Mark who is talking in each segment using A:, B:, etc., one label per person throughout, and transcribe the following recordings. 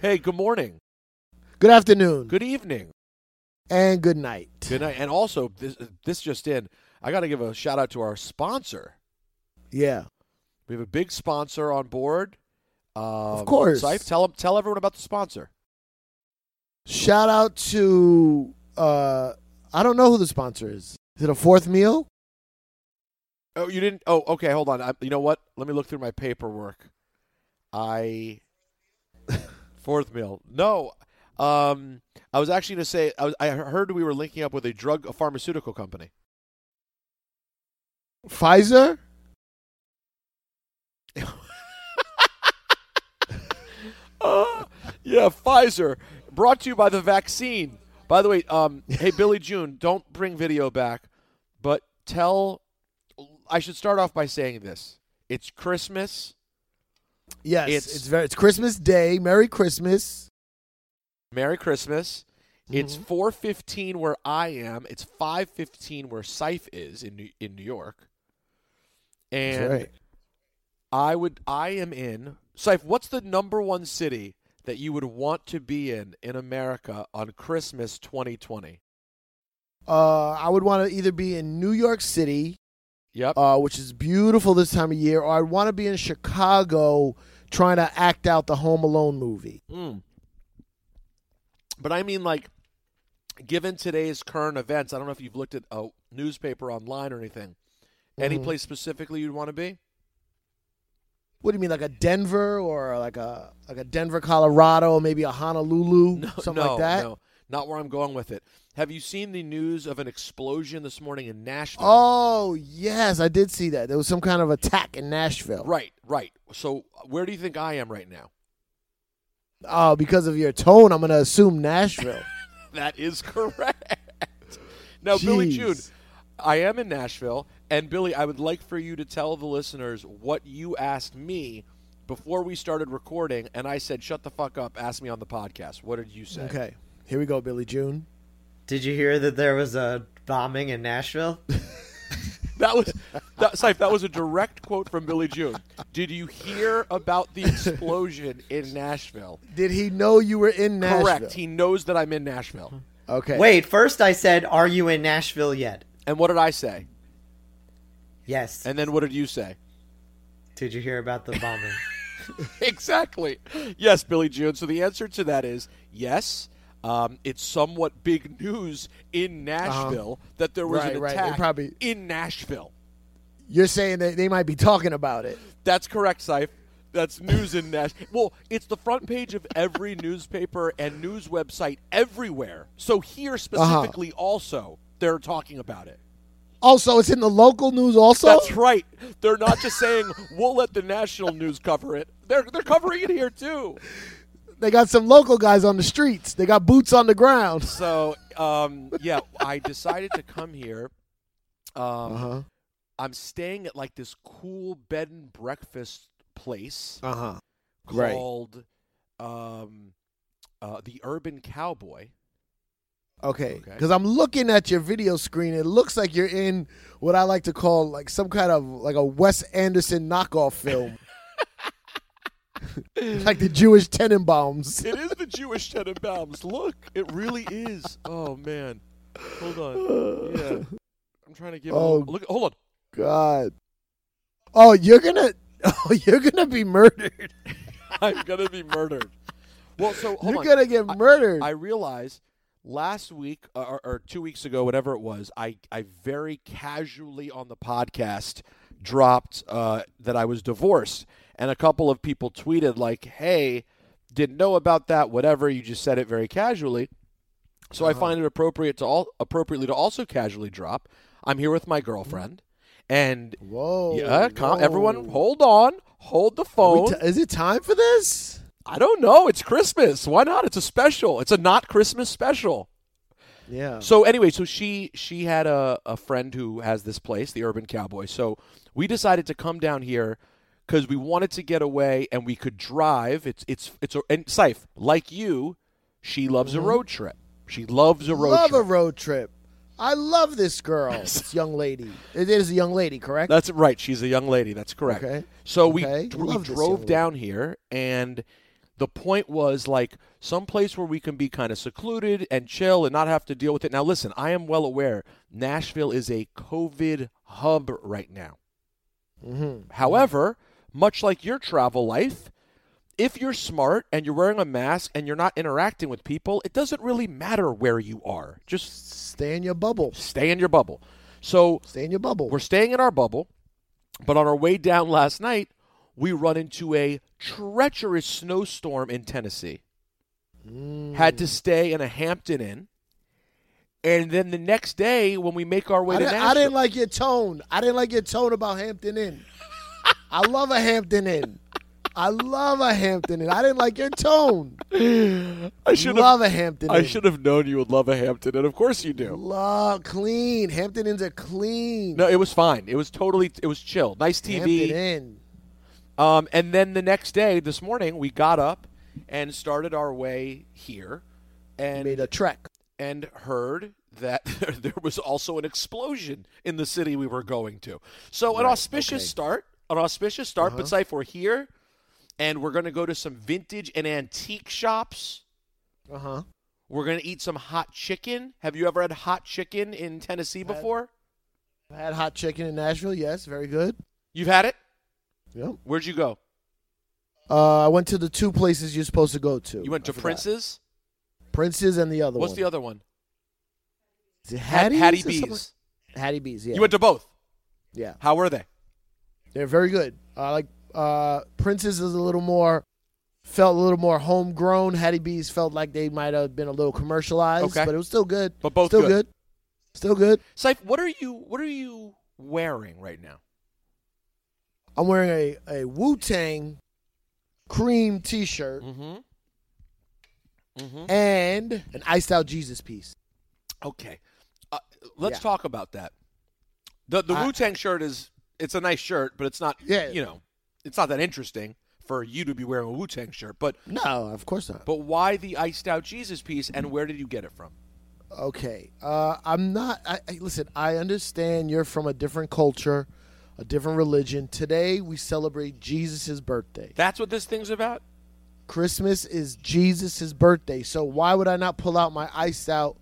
A: Hey, good morning.
B: Good afternoon.
A: Good evening.
B: And good night.
A: Good night. And also, this, this just in, I got to give a shout out to our sponsor.
B: Yeah.
A: We have a big sponsor on board. Um,
B: Of course.
A: Saif, tell, 'em- tell everyone about the sponsor.
B: Shout out to uh I don't know who the sponsor is. Is it a fourth meal?
A: Oh, you didn't? Oh, okay. Hold on. I, you know what? Let me look through my paperwork. I fourth meal. No, um, I was actually going to say I, was, I heard we were linking up with a drug, a pharmaceutical company.
B: Pfizer?
A: Uh, yeah, Pfizer. Brought to you by the vaccine. By the way, um, hey Billy June, don't bring video back, but tell. I should start off by saying this: It's Christmas.
B: Yes.
A: It's-
B: It's, very it's Christmas Day. Merry Christmas.
A: Merry Christmas. It's
B: Mm-hmm.
A: 4:15 where I am. It's 5:15 where Sife is in New, in New York.
B: That's
A: And
B: right.
A: I would I am in Sife, what's the number one city that you would want to be in in America on Christmas 2020?
B: Uh I would want to either be in New York City,
A: Yep.
B: uh, which is beautiful this time of year, or I'd want to be in Chicago trying to act out the Home Alone movie.
A: Mm. But I mean, like, given today's current events, I don't know if you've looked at a newspaper online or anything. Any
B: Mhm.
A: place specifically you'd want to be?
B: What do you mean, like a Denver or like a like a Denver, Colorado, maybe a Honolulu, something
A: no,
B: like that?
A: No, not where I'm going with it. Have you seen the news of an explosion this morning in Nashville?
B: Oh yes, I did see that. There was some kind of attack in Nashville.
A: Right, right. So where do you think I am right now?
B: Oh, because of your tone, I'm gonna assume Nashville.
A: That is correct. now, Billy
B: Jeez.
A: June, I am in Nashville, and Billy, I would like for you to tell the listeners what you asked me before we started recording, and I said, "Shut the fuck up." Ask me on the podcast. What did you say?
B: okay, here we go, Billy June.
C: Did you hear that there was a bombing in Nashville?
A: That was that, Sife, that was a direct quote from Billy June. Did you hear about the explosion in Nashville?
B: Did he know you were in Nashville?
A: Correct. He knows that I'm in Nashville.
B: Okay.
C: Wait, first I said, "Are you in Nashville yet?"
A: And what did I say?
C: Yes.
A: And then what did you say?
C: Did you hear about the bombing?
A: exactly. Yes, Billy June. So the answer to that is yes. Um, it's somewhat big news in Nashville that there was
B: Uh-huh. Right,
A: an
B: right. They
A: attack
B: probably-
A: in Nashville.
B: You're saying that they might be talking about it.
A: That's correct, Sife. That's news in Nashville. Well, it's the front page of every newspaper and news website everywhere. So here
B: Uh-huh.
A: specifically, also they're talking about it.
B: Also, it's in the local news. Also,
A: That's right. They're not just saying we'll let the national news cover it. They're they're covering it here too.
B: they got some local guys on the streets. They got boots on the ground.
A: So um, yeah, I decided to come here. Um,
B: huh.
A: I'm staying at like this cool bed and breakfast place
B: Uh huh. Right.
A: called um, uh, the Urban Cowboy.
B: Okay.
A: Okay.
B: Because I'm looking at your video screen. It looks like you're in what I like to call like some kind of like a Wes Anderson knockoff film. like the Jewish Tenenbaums.
A: It is the Jewish Tenenbaums. Look, it really is. Oh man, hold on. Yeah, I'm trying to give.
B: Oh.
A: Oh. Look, hold on.
B: God. Oh, you're gonna oh, you're gonna be murdered.
A: I'm gonna be murdered. Well, so hold
B: you're
A: on.
B: gonna get murdered.
A: Oh I realized last week uh, or, or two weeks ago, whatever it was, I, I very casually on the podcast dropped uh, that I was divorced. And a couple of people tweeted, like, hey, didn't know about that, whatever. You just said it very casually. So
B: Uh-huh.
A: I find it appropriate to all appropriately to also casually drop. I'm here with my girlfriend, and
B: whoa.
A: yeah, com-
B: whoa.
A: everyone, hold on, hold the
B: Oh, Are
A: phone.
B: we t- is it time for this?
A: I don't know. It's Christmas. Why not? It's a special. It's a not Christmas special.
B: Yeah.
A: So anyway, so she she had a, a friend who has this place, the Urban Cowboy. So we decided to come down here because we wanted to get away and we could drive. It's it's it's a, and Saif like you, she loves a road trip. She loves a road
B: Mm-hmm. love
A: trip.
B: a road trip. I love this girl, this young lady. It is a young lady, correct?
A: That's right. She's a young lady. That's correct.
B: Okay.
A: So we
B: Okay.
A: we
B: Love this young
A: drove
B: lady.
A: down here and The point was like someplace where we can be kind of secluded and chill and not have to deal with it. Now, listen, I am well aware Nashville is a COVID hub right now.
B: Mm-hmm.
A: However, much like your travel life, if you're smart and you're wearing a mask and you're not interacting with people, it doesn't really matter where you are. Just
B: Stay in your bubble.
A: stay in your bubble. So
B: Stay in your bubble.
A: we're staying in our bubble, but on our way down last night, we run into a treacherous snowstorm in Tennessee. Had to
B: Hmm.
A: stay in a Hampton Inn. And then the next day, when we make our way
B: I,
A: to
B: didn't, I
A: Nashville,
B: didn't like your tone. I didn't like your tone about Hampton Inn. I love a Hampton Inn. I love a Hampton Inn. I didn't like your tone.
A: I
B: Love a Hampton Inn.
A: have known you would love a Hampton, and of course you do.
B: Love clean. Hampton Inns are clean.
A: No, it was fine. It was totally, it was chill. Nice TV.
B: Hampton Inn.
A: Um, and then the next day, this morning, we got up and started our way here, and
B: Made a trek.
A: and heard that there was also an explosion in the city we were going to. So an auspicious start, an auspicious start.
B: Uh-huh.
A: But Seif, we're here, and we're going to go to some vintage and antique shops.
B: Uh huh.
A: We're going to eat some hot chicken. Have you ever had hot chicken in Tennessee before?
B: I had hot chicken in Nashville. Yes, very good.
A: You've had it.
B: Yep.
A: Where'd you go?
B: Uh, I went to the two places you're supposed to go to.
A: You went
B: I
A: to
B: forgot.
A: Prince's.
B: Prince's and the other
A: What's
B: one.
A: the other one?
B: Is it
A: Hat-
B: Hattie's
A: Hattie
B: or something?
A: B's.
B: Hattie B's. Yeah.
A: You went to both.
B: yeah.
A: How were they?
B: They're very good. I like uh, Prince's is a little more felt a little more homegrown. Hattie B's felt like they might have been a little commercialized,
A: Okay.
B: but it was still good.
A: But both
B: still
A: good.
B: good. Still good.
A: Seif, what are you? What are you wearing right now?
B: I'm wearing a, a Wu Tang cream t shirt
A: Mm-hmm. Mm-hmm.
B: and an iced out Jesus piece.
A: Okay, uh, let's
B: Yeah.
A: talk about that. the The
B: I-
A: Wu Tang shirt is it's a nice shirt, but it's not.
B: Yeah.
A: you know, it's not that interesting for you to be wearing a Wu Tang shirt. But
B: No, of course not.
A: but why the iced out Jesus piece, and where did you get it from?
B: Okay. Uh, I'm not. I, I, listen, I understand you're from a different culture, a different religion. Today, we celebrate Jesus' birthday.
A: That's what this thing's about.
B: Christmas is Jesus' birthday. So why would I not pull out my iced out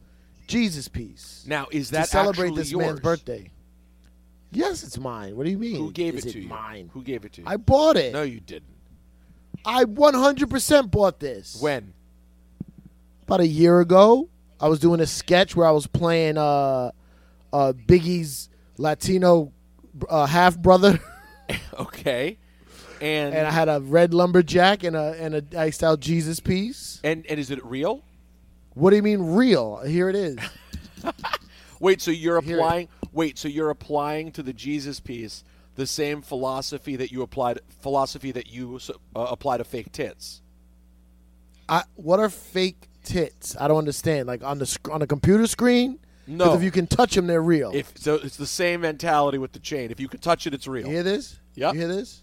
B: Jesus piece
A: Now, is
B: to
A: that
B: celebrate
A: actually
B: this
A: yours?
B: man's birthday? Yes, it's mine. What do you mean?
A: Who gave
B: Is
A: it to you?
B: Mine.
A: Who gave it to you?
B: I bought it.
A: no, you didn't.
B: I 100% bought this.
A: When?
B: about a year ago, I was doing a sketch where I was playing uh, uh, Biggie's Latino uh, half brother,
A: Okay, and
B: and I
A: and,
B: had a red lumberjack and a and a iced out Jesus piece.
A: and is it real?
B: What do you mean real? Here it is.
A: Wait, so you're
B: Here.
A: applying? Wait, so you're applying to the Jesus piece the same philosophy that you applied philosophy that you uh, apply to fake tits?
B: I, what are fake tits? I don't understand. Like on the sc- on a computer screen. 'Cause
A: No.
B: if you can touch them, they're real.
A: If so, it's the same mentality with the chain. If you can touch it, it's real.
B: you hear this?
A: Yep.
B: You hear this?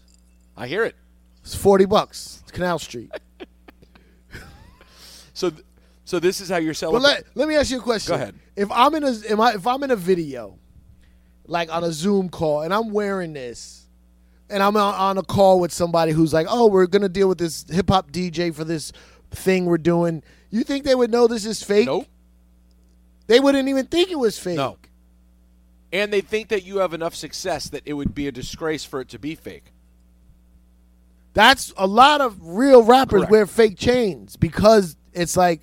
A: I hear it.
B: It's forty bucks. It's Canal Street.
A: So, th- so this is how you're
B: But
A: celebrating.
B: let, let me ask you a question.
A: Go ahead.
B: If I'm in a am I, if I'm in a video, like on a Zoom call, and I'm wearing this, and I'm on, on a call with somebody who's like, "Oh, we're gonna deal with this hip hop DJ for this thing we're doing," you think they would know this is fake?
A: nope.
B: They wouldn't even think it was fake.
A: No. And they think that you have enough success that it would be a disgrace for it to be fake.
B: That's a lot of real rappers
A: Correct.
B: wear fake chains because it's like,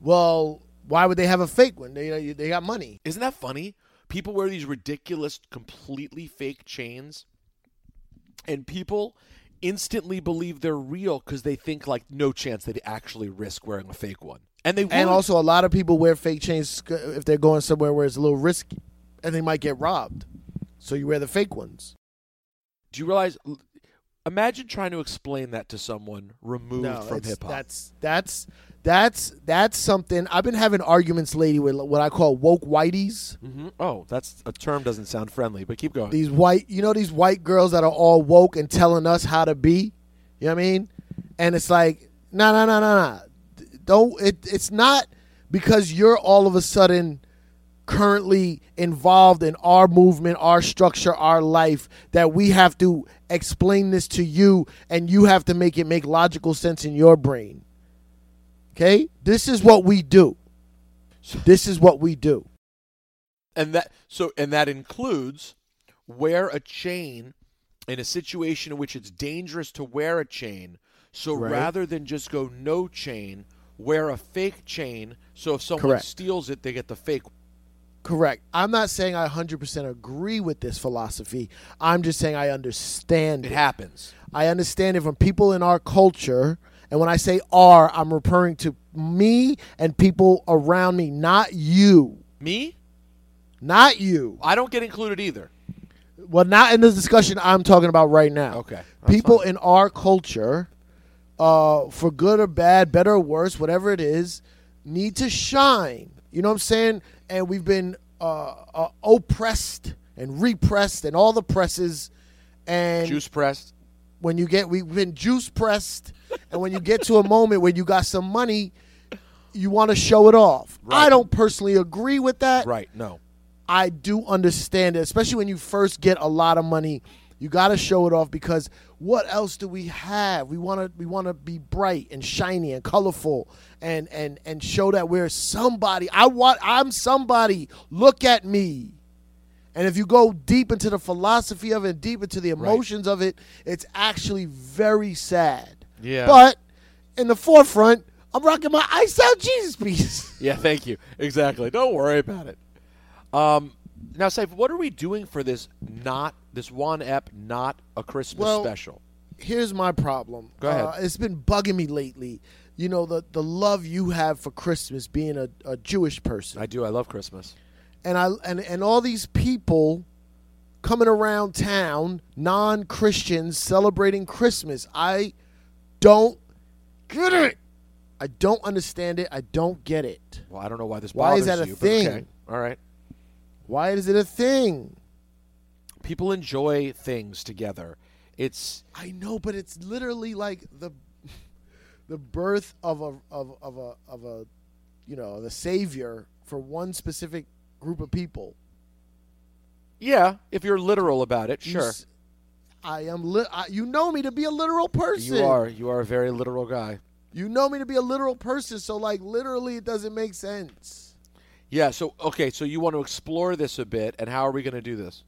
B: well, why would they have a fake one? They they got money.
A: Isn't that funny? People wear these ridiculous, completely fake chains, and people instantly believe they're real because they think like no chance they'd actually risk wearing a fake one, and they would.
B: And also, a lot of people wear fake chains sc- if they're going somewhere where it's a little risky, and they might get robbed. So you wear the fake ones.
A: Do you realize? Imagine trying to explain that to someone removed from
B: it's-
A: hip hop.
B: that's that's that's that's something. I've been having arguments lately with what I call woke whiteys.
A: hmm Oh, that's a term doesn't sound friendly, but keep going.
B: These white, you know, these white girls that are all woke and telling us how to be. You know what I mean? And it's like, no, no, no, no, no. Don't. It, it's not because you're all of a sudden currently involved in our movement, our structure, our life, that we have to explain this to you and you have to make it make logical sense in your brain. Okay? This is what we do. This is what we do.
A: and that so and that includes wear a chain in a situation in which it's dangerous to wear a chain so
B: Right.
A: rather than just go no chain wear a fake chain so if someone
B: Correct.
A: steals it they get the fake
B: Correct. I'm not saying I 100% agree with this philosophy. I'm just saying I understand
A: it
B: it.
A: happens
B: I understand it from people in our culture. And when I say our, I'm referring to me and people around me, not you.
A: me
B: Not you.
A: i don't get included either
B: Well, not in this discussion I'm talking about right now.
A: Okay, that's
B: People in our culture, uh, for good or bad, better or worse, whatever it is, need to shine. You know what I'm saying? And we've been uh, uh, oppressed and repressed and all the presses. And
A: juice pressed
B: when you get we've been juice pressed and when you get to a moment when you got some money you want to show it off
A: Right.
B: i don't personally agree with that
A: right no
B: i do understand it especially when you first get a lot of money you got to show it off because what else do we have we want to we want to be bright and shiny and colorful and and and show that we're somebody i want i'm somebody look at me and if you go deep into the philosophy of it, deep into the emotions of it, it's actually very sad.
A: Yeah.
B: But in the forefront, I'm rocking my Ice Out Jesus piece.
A: yeah thank you exactly don't worry about it um now Saif, what are we doing for this not this one ep not a christmas
B: Well,
A: special
B: Here's my problem.
A: Go ahead.
B: Uh, it's been bugging me lately. You know, the, the love you have for Christmas being a, a Jewish person.
A: i do i love christmas
B: and I and, and all these people coming around town, non Christians celebrating Christmas. I don't get it. I don't understand it. I don't get it.
A: Well, I don't know why this.
B: Why is
A: bothers
B: that a
A: you, but okay.
B: thing?
A: All right.
B: Why is it a thing?
A: People enjoy things together. It's
B: I know, but it's literally like the the birth of a of, of a of a you know the savior for one specific group of people.
A: yeah. If you're literal about it,
B: You
A: sure.
B: s- I am. Li- I, you know me to be a literal person.
A: You are. You are a very literal guy.
B: You know me to be a literal person, so like literally it doesn't make sense.
A: Yeah. So okay. So you want to explore this a bit, and how are we going to do this?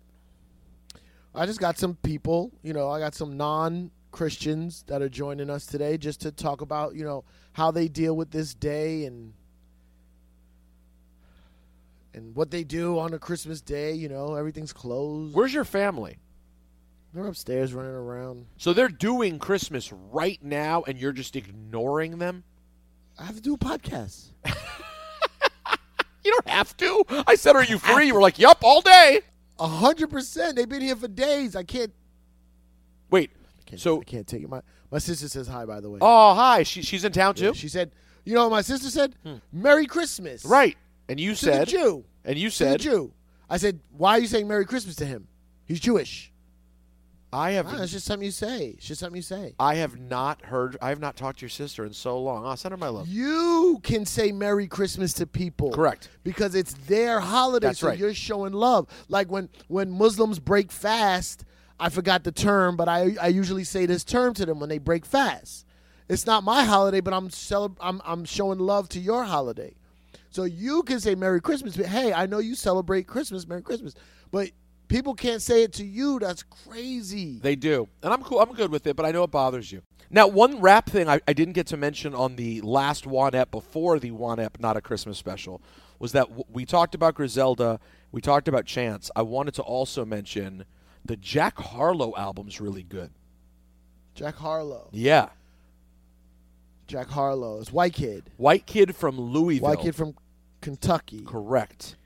B: I just got some people, you know, I got some non Christians that are joining us today just to talk about, you know, how they deal with this day and and what they do on a Christmas day, you know, everything's closed.
A: Where's your family?
B: They're upstairs running around.
A: So they're doing Christmas right now, and you're just ignoring them.
B: I have to do a podcast.
A: You don't have to. I said, "Are you free?" You were like, "Yup, all day."
B: A hundred percent. They've been here for days. I can't,
A: Wait.
B: can't
A: So,
B: I can't take it. My my sister says hi by the way.
A: oh hi, she, she's in town too.
B: She said, you know what my sister said? Merry Christmas.
A: Hmm. right. And you
B: To
A: said.
B: the Jew.
A: And you
B: to the
A: said.
B: Jew. I said, why are you saying Merry Christmas to him? He's Jewish.
A: I have.
B: Ah, it's just something you say. It's just something you say.
A: I have not heard. I have not talked to your sister in so long. I'll send her my love.
B: You can say Merry Christmas to people.
A: Correct.
B: Because it's their holiday,
A: That's
B: so
A: right.
B: you're showing love. Like when, when Muslims break fast, I forgot the term, but I, I usually say this term to them when they break fast. It's not my holiday, but I'm, celeb- I'm, I'm showing love to your holiday. So you can say Merry Christmas, but hey, I know you celebrate Christmas, Merry Christmas. But people can't say it to you. That's crazy.
A: They do, and I'm cool. I'm good with it, but I know it bothers you. Now, one rap thing I, I didn't get to mention on the last one ep before the one ep, not a Christmas special, was that w- we talked about Griselda, we talked about Chance. I wanted to also mention the Jack Harlow album's really good.
B: Jack Harlow.
A: Yeah,
B: Jack Harlow. It's white kid.
A: white kid from Louisville.
B: White kid from Kentucky.
A: correct.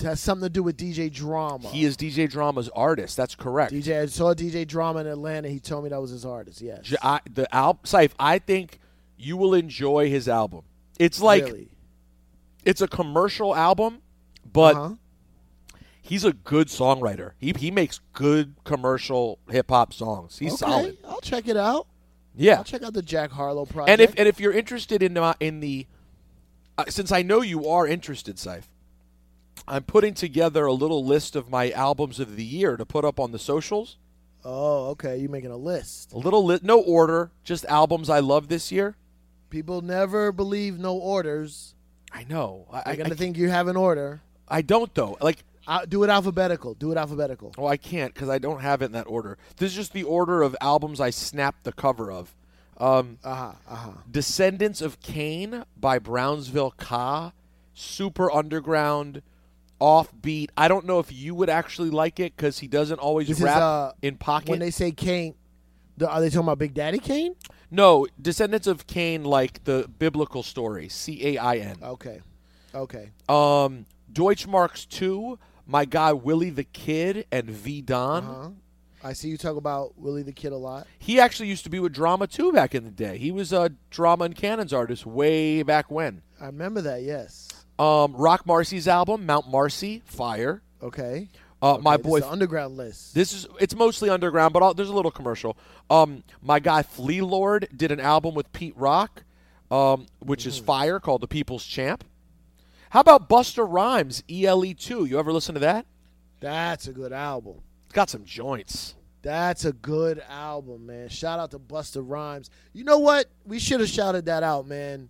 B: It has something to do with DJ Drama.
A: He is DJ Drama's artist. That's correct.
B: DJ. I saw DJ Drama in Atlanta. He told me that was his artist. Yes.
A: J- I, the album, Saif. I think you will enjoy his album. It's like
B: Really.
A: it's a commercial album, but
B: Uh-huh.
A: he's a good songwriter. He he makes good commercial hip hop songs. He's
B: okay,
A: solid.
B: I'll check it out.
A: Yeah.
B: I'll check out the Jack Harlow project.
A: And if and if you're interested in uh, in the uh, since I know you are interested, Saif, I'm putting together a little list of my albums of the year to put up on the socials.
B: Oh, okay. You're making a list.
A: A little li- no order, just albums I love this year.
B: People never believe no orders.
A: I know. I,
B: They're
A: I,
B: gonna think you have an order.
A: I don't though. Like,
B: Uh, do it alphabetical. Do it alphabetical.
A: oh, I can't because I don't have it in that order. This is just the order of albums I snapped the cover of. Um,
B: Uh-huh, uh-huh.
A: Descendants of Cain by Brownsville Ka, super underground, offbeat. I don't know if you would actually like it because he doesn't always
B: This is,
A: rap
B: uh,
A: in pocket.
B: When they say Cain, the- are they talking about Big Daddy Kane?
A: No, Descendants of Cain, like the biblical story, C A I N.
B: Okay, okay.
A: Um, Deutschmarks 2, my guy Willie the Kid and V Don.
B: Huh? I see you talk about Willie the Kid a lot.
A: He actually used to be with Drama 2 back in the day. He was a drama and cannons artist way back when.
B: I remember that. Yes.
A: Um, Rock Marcy's album, Mount Marcy, Fire.
B: Okay.
A: Uh, my
B: Okay, this
A: boy
B: is the underground list.
A: This is it's mostly underground, but i there's a little commercial. Um, my guy Flea Lord did an album with Pete Rock, um, which is
B: Mm-hmm.
A: fire called "The People's Champ." How about Buster Rhymes ELE Two? You ever listen to that?
B: That's a good album.
A: It's got some joints.
B: That's a good album, man. Shout out to Buster Rhymes. You know what? We should have shouted that out, man.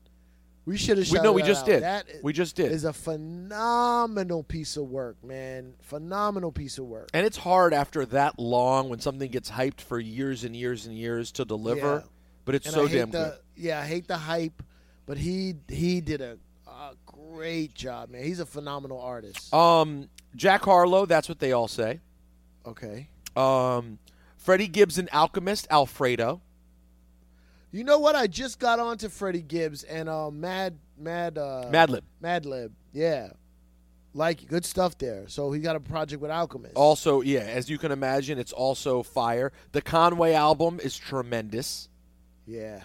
B: We should have
A: We
B: shouted
A: no, we
B: that
A: just
B: out.
A: did.
B: That i-
A: We just did,
B: is a phenomenal piece of work, man. Phenomenal piece of work.
A: and it's hard after that long when something gets hyped for years and years and years to deliver.
B: Yeah.
A: But it's
B: And
A: so
B: I hate
A: damn
B: the,
A: good.
B: Yeah, I hate the hype, but he he did a, a great job, man. He's a phenomenal artist.
A: Um, Jack Harlow. That's what they all say.
B: okay.
A: Um, Freddie Gibbs and Alchemist Alfredo.
B: You know what? I just got on to Freddie Gibbs and uh, Mad Mad uh,
A: Madlib.
B: Madlib. Yeah. Like good stuff there. So he got a project with Alchemist.
A: Also, yeah, as you can imagine, it's also fire. The Conway album is tremendous,
B: Yeah.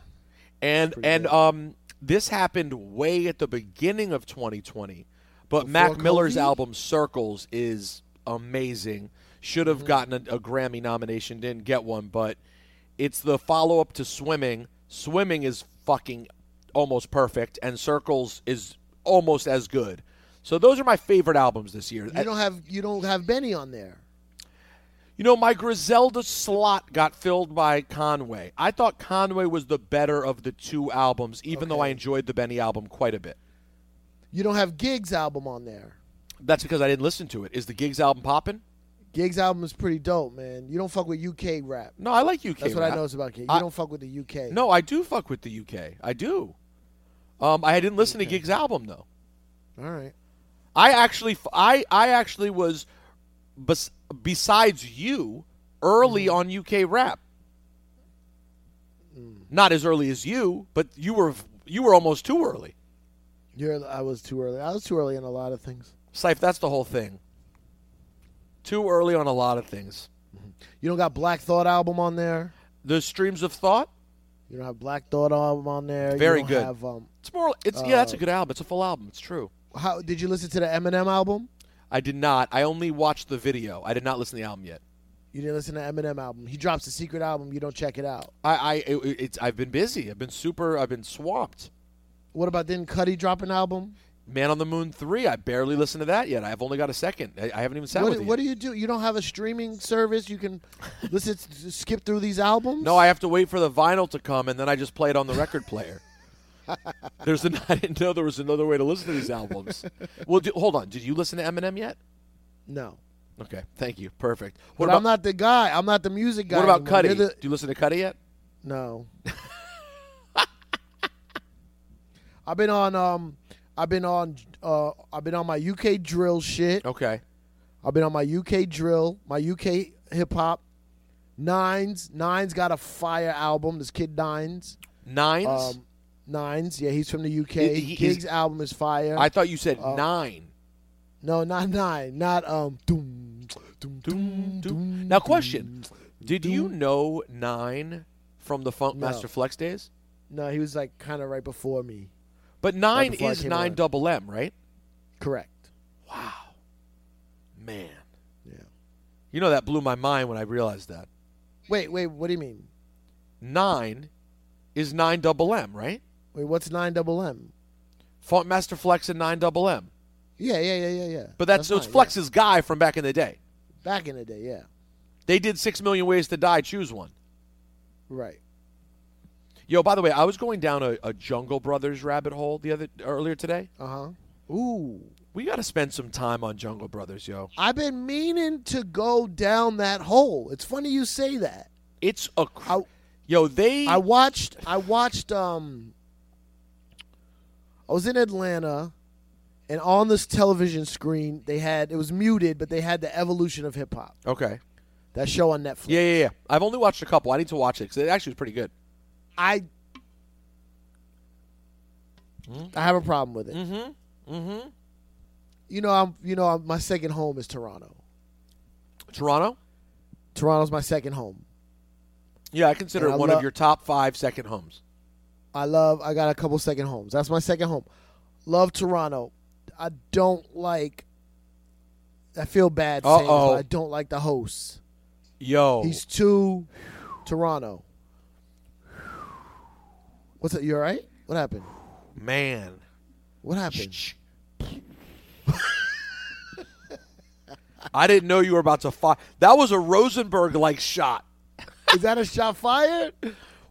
A: and
B: pretty
A: and
B: good.
A: um, this happened way at the beginning of 2020, but
B: Before
A: Mac Miller's
B: COVID?
A: album Circles is amazing. Should
B: Mm-hmm.
A: have gotten a, a Grammy nomination, didn't get one, but it's the follow up to Swimming. Swimming is fucking almost perfect, and Circles is almost as good. So those are my favorite albums this year.
B: You don't have you don't have Benny on there.
A: You know, my Griselda slot got filled by Conway. I thought Conway was the better of the two albums, even though I
B: Okay.
A: enjoyed the Benny album quite a bit.
B: You don't have Gigs album on there.
A: That's because I didn't listen to it. Is the Gigs album popping?
B: Gigs album is pretty dope, man. You don't fuck with UK rap.
A: No, I like UK.
B: That's what
A: rap.
B: I noticed about Gigs. You
A: I-
B: don't fuck with the UK.
A: No, I do fuck with the UK. I do. Um, I didn't listen to Gigs album though.
B: All right.
A: I actually, f- I, I actually was, bes- besides you, early
B: Mm.
A: on UK rap.
B: Mm.
A: Not as early as you, but you were you were almost too early.
B: You're I was too early. I was too early in a lot of things.
A: Sife, that's the whole thing. Too early on a lot of things.
B: You don't got Black Thought album on there.
A: The streams of thought.
B: You don't have Black Thought album on there. You
A: Very
B: don't
A: good.
B: Have, um,
A: It's more. It's yeah. That's a good album. It's a full album. It's true.
B: how did you listen to the Eminem album?
A: I did not. I only watched the video. I did not listen to the album yet.
B: You didn't listen to Eminem album. He drops a secret album. You don't check it out.
A: I. I. It, it's. I've been busy. I've been super. I've been swamped.
B: What about didn't Cuddy drop an album?
A: Man on the Moon three. I barely listened to that yet. I've only got a second. I, I haven't even sat
B: What,
A: with
B: do-
A: you.
B: what do you do? You don't have a streaming service you can listen, s- skip through these albums?
A: no, I have to wait for the vinyl to come, and then I just play it on the record player. There's an. I didn't know there was another way to listen to these albums. well, do, hold on. Did you listen to Eminem yet?
B: no.
A: Okay, thank you. Perfect.
B: But
A: What about
B: I'm not the guy. I'm not the music guy.
A: What about
B: anymore.
A: Cuddy?
B: You're
A: Do
B: the-
A: you listen to Cuddy yet?
B: no. I've been on. Um, I've been on. Uh, I've been on my UK drill shit.
A: Okay.
B: I've been on my UK drill, my UK hip hop. Nines, Nines got a fire album. This kid Nines,
A: Nines?
B: um, Nines, yeah, he's from the UK.
A: He- he- he's-
B: Gigs album is fire.
A: I thought you said
B: uh,
A: nine.
B: No, not nine. Not um. Doom, doom, doom, doom,
A: Now, question. Did
B: doom.
A: you know nine from the Funk
B: No.
A: Master Flex days?
B: No, he was like kind of right before me.
A: But nine
B: before I
A: is
B: came
A: nine
B: around.
A: double M, right?
B: Correct.
A: Wow. Man.
B: Yeah.
A: You know, that blew my mind when I realized that.
B: Wait, wait. What do you mean?
A: Nine is nine double M, right?
B: Wait, what's nine double M?
A: Funk Master Flex and nine double M.
B: Yeah, yeah, yeah, yeah, yeah.
A: But that's, so it's
B: fine,
A: Flex's guy from back in the day.
B: yeah. Back in the day, yeah.
A: They did Six Million Ways to Die. Choose one.
B: Right.
A: Yo, by the way, I was going down a, a Jungle Brothers rabbit hole the other earlier today.
B: Uh huh. Ooh.
A: We got to spend some time on Jungle Brothers, yo.
B: I've been meaning to go down that hole. It's funny you say that.
A: It's a cr-
B: I-
A: yo. They
B: I watched I watched um I was in Atlanta and on this television screen they had it was muted but they had the evolution of hip hop.
A: okay.
B: That show on Netflix.
A: Yeah, yeah, yeah. I've only watched a couple. I need to watch it because it actually was pretty good.
B: I I have a problem with it.
A: Mhm. Mhm.
B: You know I'm you know I'm, my second home is Toronto.
A: Toronto.
B: Toronto's my second home.
A: Yeah, I consider
B: And
A: it
B: I
A: one of
B: love-
A: your top five second homes.
B: I love. I got a couple second homes. That's my second home. Love Toronto. I don't like. I feel bad saying this, but
A: Uh-oh. Oh.
B: I don't like the host.
A: Yo,
B: He's too Toronto. What's up? You all right? What happened?
A: man.
B: What happened?
A: I didn't know you were about to fire. That was a Rosenberg like shot.
B: Is that a shot fired?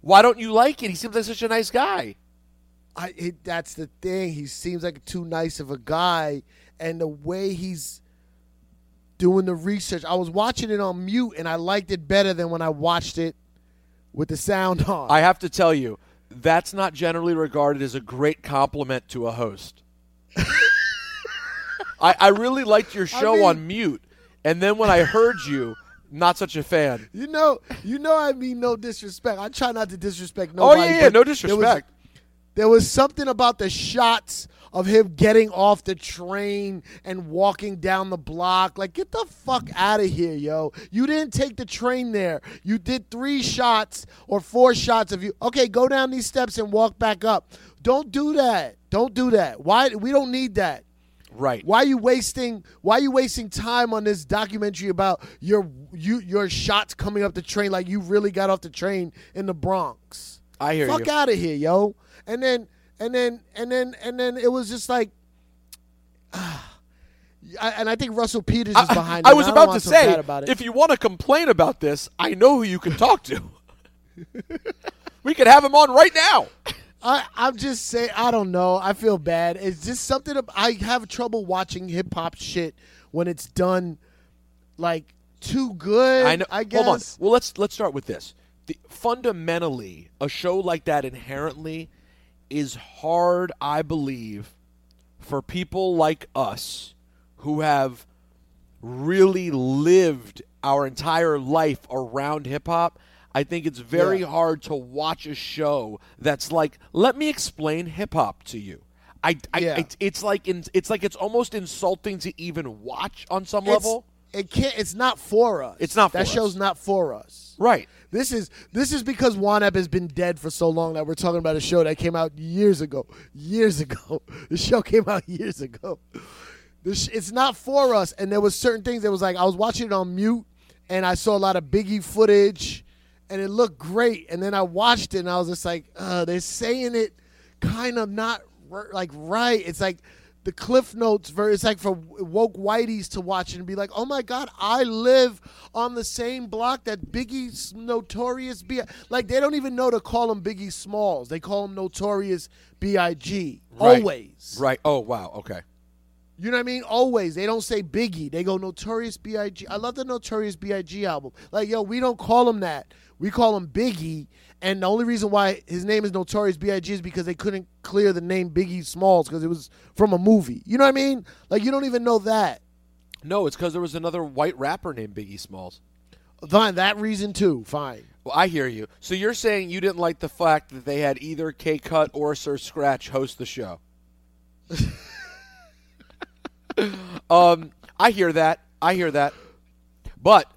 A: Why don't you like it? He seems like such a nice guy.
B: I. It, that's the thing. He seems like too nice of a guy, and the way he's doing the research. I was watching it on mute, and I liked it better than when I watched it with the sound on.
A: I have to tell you, that's not generally regarded as a great compliment to a host. I, I really liked your show
B: mean-
A: on mute, and then when I heard you, not such a fan.
B: You know, you know, I mean, no disrespect. I try not to disrespect
A: Oh
B: nobody.
A: yeah, yeah,
B: but
A: no
B: there was-
A: disrespect.
B: There was, something about the shots of him getting off the train and walking down the block. Like, get the fuck out of here, yo! You didn't take the train there. You did three shots or four shots of you. Okay, go down these steps and walk back up. Don't do that. Don't do that. Why? We don't need that.
A: Right.
B: Why are you wasting? Why are you wasting time on this documentary about your you your shots coming up the train? Like you really got off the train in the Bronx.
A: I hear
B: Fuck
A: you.
B: out of here, yo. And then and then and then and then it was just like. I, and I think Russell Peters is behind.
A: I
B: it,
A: was
B: and
A: about to
B: don't wanna feel
A: say,
B: bad about it.
A: if you want to complain about this, I know who you can talk to. we could have him on right now.
B: I, I'm just saying, I don't know. I feel bad. It's just something ab- I have trouble watching hip hop shit when it's done like too good.
A: I know.
B: I guess.
A: Hold on. Well, let's let's start with this. The, fundamentally, a show like that inherently is hard, I believe, for people like us who have really lived our entire life around hip hop. I think it's very
B: Yeah.
A: hard to watch a show that's like, let me explain hip hop to you. I, I,
B: Yeah.
A: it's- it's like in, it's like it's almost insulting to even watch on some
B: It's-
A: level.
B: It can't. It's not for us.
A: It's not
B: That
A: for
B: show's
A: us.
B: not for us.
A: Right.
B: This is this is because Wanap has been dead for so long that we're talking about a show that came out years ago. Years ago, the show came out years ago. The sh- it's not for us, and there was certain things that was like I was watching it on mute, and I saw a lot of Biggie footage, and it looked great. And then I watched it, and I was just like, uh, they're saying it kind of not r- like right. It's like the Cliff Notes verse. It's like for woke whiteys to watch it and be like, oh my god, I live on the same block that Biggie's Notorious B. Like they don't even know to call him Biggie Smalls. They call him Notorious B I G.
A: Right.
B: Always.
A: Right. Oh wow. Okay.
B: You know what I mean? Always. They don't say Biggie. They go Notorious B.I.G. I love the Notorious B.I.G. album. Like, yo, we don't call him that. We call him Biggie. And the only reason why his name is Notorious B.I.G. is because they couldn't clear the name Biggie Smalls because it was from a movie. You know what I mean? Like, you don't even know that.
A: No, it's because there was another white rapper named Biggie Smalls.
B: Fine, that reason too. Fine.
A: Well, I hear you. So you're saying you didn't like the fact that they had either K Cut or Sir Scratch host the show. um, I hear that. I hear that. But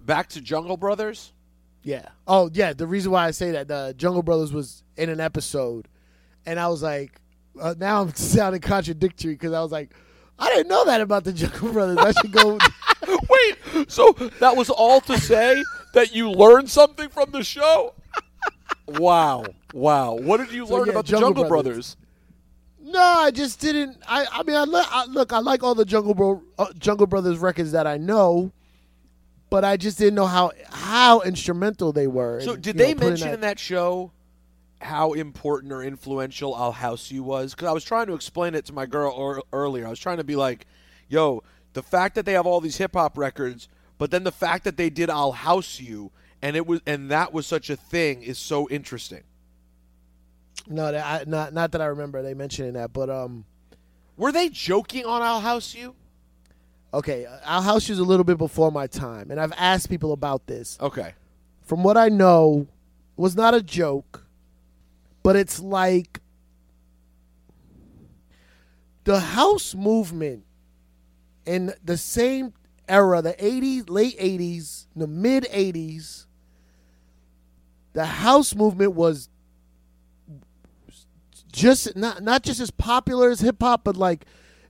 A: back to Jungle Brothers.
B: Yeah. Oh, yeah. The reason why I say that the Jungle Brothers was in an episode, and I was like, uh, now I'm sounding contradictory because I was like, I didn't know that about the Jungle Brothers. I should go.
A: Wait, so that was all to say that you learned something from the show? Wow. Wow. What did you learn
B: yeah,
A: about the
B: Jungle
A: Jungle Brothers?
B: Brothers. No, I just didn't. I I mean, I, li- I look. I like all the Jungle Bro uh, Jungle Brothers records that I know, but I just didn't know how how instrumental they were.
A: So
B: in,
A: did
B: you know,
A: they
B: putting
A: mention in that show how important or influential Al Housey was? Because I was trying to explain it to my girl or, earlier. I was trying to be like, "Yo, the fact that they have all these hip hop records, but then the fact that they did I'll House You and it was and that was such a thing is so interesting."
B: No, that I, not not that I remember they mentioning that, but um,
A: Were they joking on I'll House You?
B: okay, I'll house you a little bit before my time, and I've asked people about this.
A: Okay.
B: From what I know, it was not a joke, but it's like the house movement in the same era, the '80s, late '80s, the mid '80s. The house movement was just not not just as popular as hip hop, but like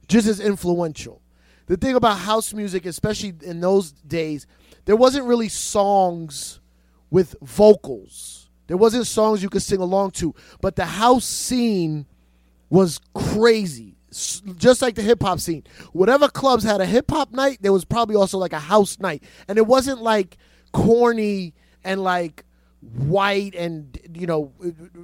B: just as influential. The thing about house music, especially in those days, there wasn't really songs with vocals. There wasn't songs you could sing along to, but the house scene was crazy. S- Just like the hip hop scene. Whatever clubs had a hip hop night, there was probably also like a house night. And it wasn't like corny and like white and, you know,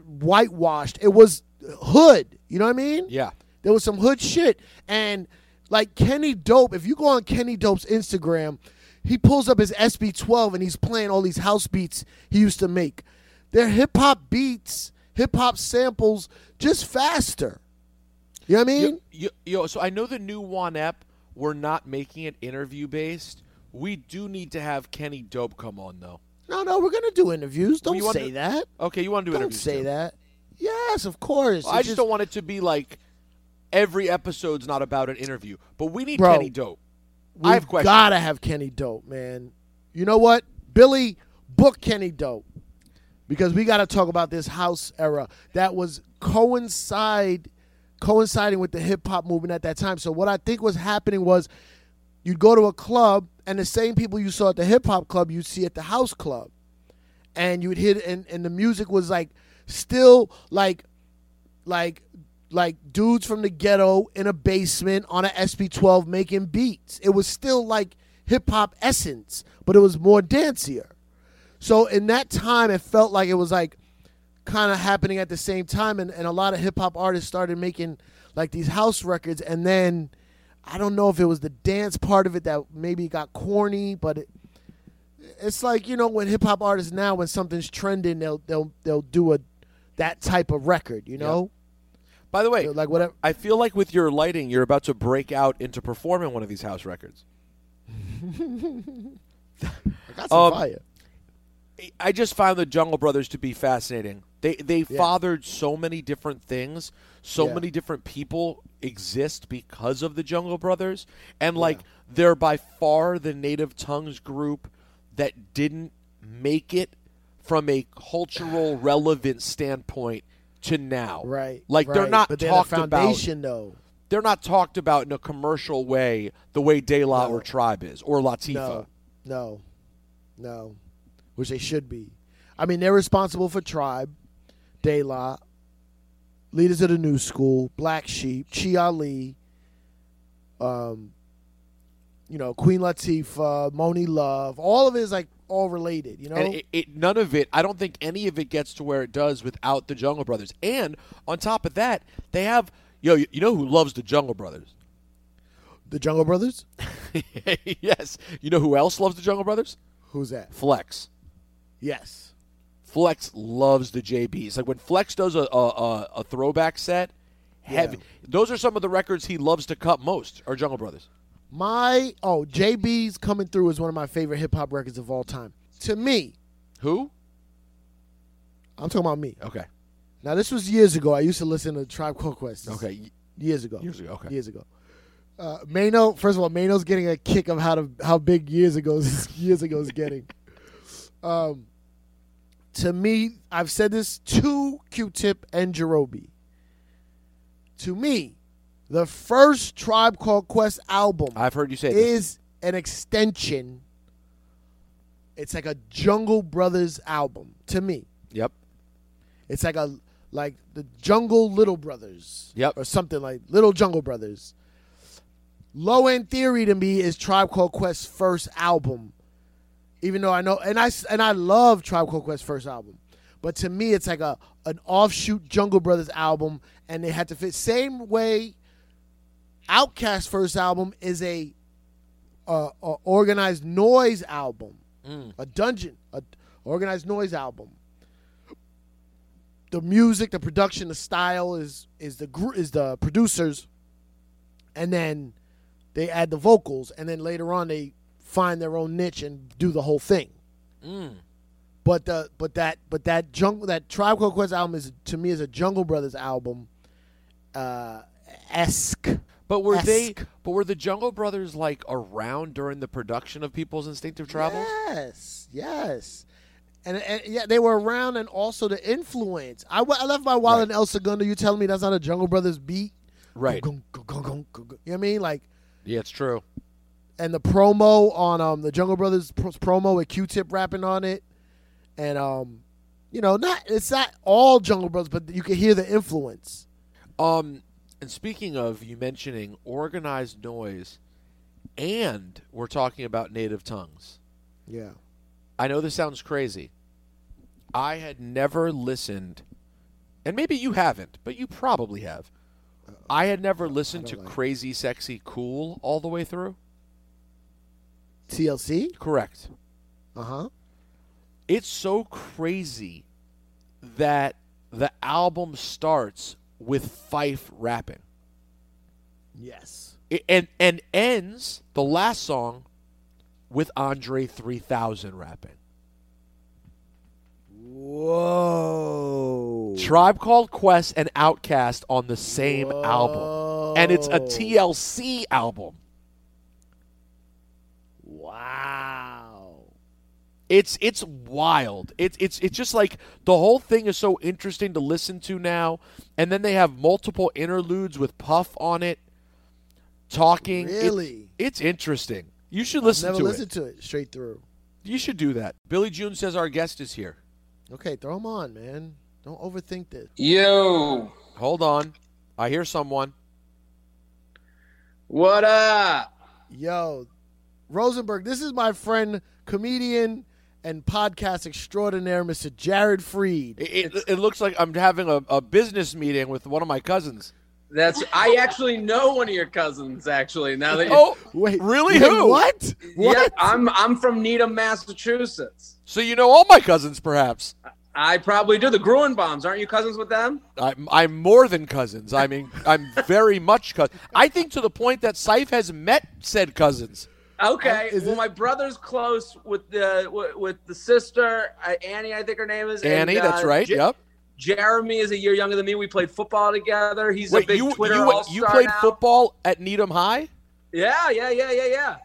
B: whitewashed. It was hood. You know what I mean?
A: Yeah.
B: There was some hood shit. And like Kenny Dope, if you go on Kenny Dope's Instagram, he pulls up his SB12 and he's playing all these house beats he used to make. They're hip hop beats, hip hop samples, just faster. You know what I mean?
A: Yo, yo, yo, so I know the new one app. We're not making it interview based. We do need to have Kenny Dope come on though.
B: No, no, we're going to do interviews. Don't
A: you wanna
B: say
A: do-
B: that.
A: Okay, you want to do
B: Don't
A: interviews
B: say
A: too.
B: that. Yes, of course.
A: I
B: It's
A: just, don't want it to be like every episode's not about an interview, but we need
B: Bro.
A: Kenny Dope.
B: We've
A: I have questions.
B: gotta have Kenny Dope, man. You know what, Billy, book Kenny Dope because we gotta talk about this house era that was coincide coinciding with the hip hop movement at that time. So what I think was happening was you'd go to a club and the same people you saw at the hip hop club you'd see at the house club, and you'd hit and and the music was like still like like like dudes from the ghetto in a basement on an SB12 making beats. It was still like hip hop essence, but it was more dancier. So in that time, it felt like it was like kind of happening at the same time, and, and a lot of hip hop artists started making like these house records, and then I don't know if it was the dance part of it that maybe got corny, but it, it's like you know when hip hop artists now when something's trending, they'll they'll they'll do a that type of record, you know.
A: By the way,
B: Like whatever.
A: I feel like with your lighting, you're about to break out into performing one of these house records.
B: I got some
A: Um,
B: fire.
A: I just found the Jungle Brothers to be fascinating. They they fathered so many different things. So
B: Yeah.
A: many different people exist because of the Jungle Brothers, and like they're by far the native tongues group that didn't make it from a cultural relevant standpoint to now.
B: Right.
A: Like they're
B: right.
A: not
B: but
A: talked
B: they're the
A: about
B: foundation though.
A: they're not talked about in a commercial way the way De La or Tribe is or Latifah.
B: No. No. No. Which they should be. I mean, they're responsible for Tribe, De La, Leaders of the New School, Black Sheep, Chi Ali, um, you know, Queen Latifah, Moni Love. All of it is like all related, you know?
A: And it, it, none of it, I don't think any of it gets to where it does without the Jungle Brothers. And on top of that, they have, yo, you, you know who loves the Jungle Brothers?
B: the Jungle Brothers?
A: yes. You know who else loves the Jungle Brothers?
B: Who's that?
A: Flex.
B: Yes.
A: Flex loves the JBs. Like when Flex does a, a, a, a throwback set, heavy. Those are some of the records he loves to cut most, are Jungle Brothers.
B: My, oh, JB's Coming Through is one of my favorite hip hop records of all time. To me,
A: Who?
B: I'm talking about me.
A: Okay.
B: Now, this was years ago. I used to listen to Tribe Called Quest.
A: Okay. y-
B: Years ago.
A: Years ago, okay.
B: Years ago. Uh, Mano, first of all, Mano's getting a kick of how to, how big years ago years ago is getting. um, to me, I've said this to Q-Tip and Jerobi. To me, the first Tribe Called Quest album
A: I've heard you say this.
B: is an extension. It's like a Jungle Brothers album to me.
A: Yep.
B: It's like a like the Jungle Little Brothers.
A: Yep.
B: Or something like Little Jungle Brothers. Low End Theory to me is Tribe Called Quest's first album. Even though I know and I s- and I love Tribe Called Quest's first album. But to me it's like a an offshoot Jungle Brothers album and they had to fit same way Outcast's first album is a uh, a organized noise album, a dungeon, a organized noise album. The music, the production, the style is is the gr- is the producers, and then they add the vocals, and then later on they find their own niche and do the whole thing. But the but that but that jungle that Tribe Called Quest album is to me is a Jungle Brothers album, uh, esque.
A: But were they?
B: Esque.
A: But were the Jungle Brothers like around during the production of People's Instinctive Travels?
B: Yes, yes. And, and yeah, they were around, and also the influence. I, wa- I left my wallet in El Segundo. You telling me that's not a Jungle Brothers beat?
A: Right.
B: Gung, gung, gung, gung, gung, gung. You know what I mean? Like,
A: Yeah, it's true.
B: and the promo on um the Jungle Brothers pr- promo with Q-Tip rapping on it, and um, you know, not it's not all Jungle Brothers, but you can hear the influence.
A: Um, and speaking of you mentioning organized noise, and we're talking about native tongues.
B: Yeah.
A: I know this sounds crazy. I had never listened, and maybe you haven't, but you probably have. I had never listened to Crazy Sexy Cool all the way through.
B: TLC.
A: Correct.
B: Uh
A: Uh-huh.
B: huh.
A: It's so crazy that the album starts with Fife rapping.
B: Yes.
A: It- and and ends the last song with Andre 3000 rapping.
B: Whoa.
A: Tribe Called Quest and Outcast on the same
B: Whoa.
A: album. And it's a TLC album.
B: Wow.
A: It's it's wild. It's it's it's just like the whole thing is so interesting to listen to now. And then they have multiple interludes with Puff on it talking. It-
B: Really?
A: it's interesting. You should listen
B: Never
A: to
B: listened
A: it.
B: to it straight through.
A: You should do that. Billy June says our guest is here.
B: Okay, throw them on, man. Don't overthink this.
D: Yo,
A: Hold on. I hear someone.
D: what up?
B: Yo, Rosenberg, this is my friend, comedian, and podcast extraordinaire, Mr. Jared Freed.
A: It, it, it looks like I'm having a, a business meeting with one of my cousins.
D: That's I actually know one of your cousins. Actually, now that you,
A: Oh,
B: Wait,
A: really?
B: wait,
A: Who?
B: What? What?
D: yeah, I'm I'm from Needham, Massachusetts.
A: So you know all my cousins, perhaps.
D: I probably do the Gruen bombs. Aren't you cousins with them?
A: I'm, I'm more than cousins. I mean, I'm very much cousins. I think to the point that Seif has met said cousins.
D: Okay.
B: Uh, is
D: well,
B: it-
D: my brother's close with the with, with the sister uh, Annie. I think her name is and,
A: Annie, that's
D: uh,
A: right.
D: J-
A: yep.
D: Jeremy is a year younger than me. We played football together. He's a
A: Wait,
D: big
A: you
D: Twitter
A: you,
D: all-star
A: you played
D: now.
A: football at Needham High?
D: Yeah, yeah, yeah, yeah, yeah.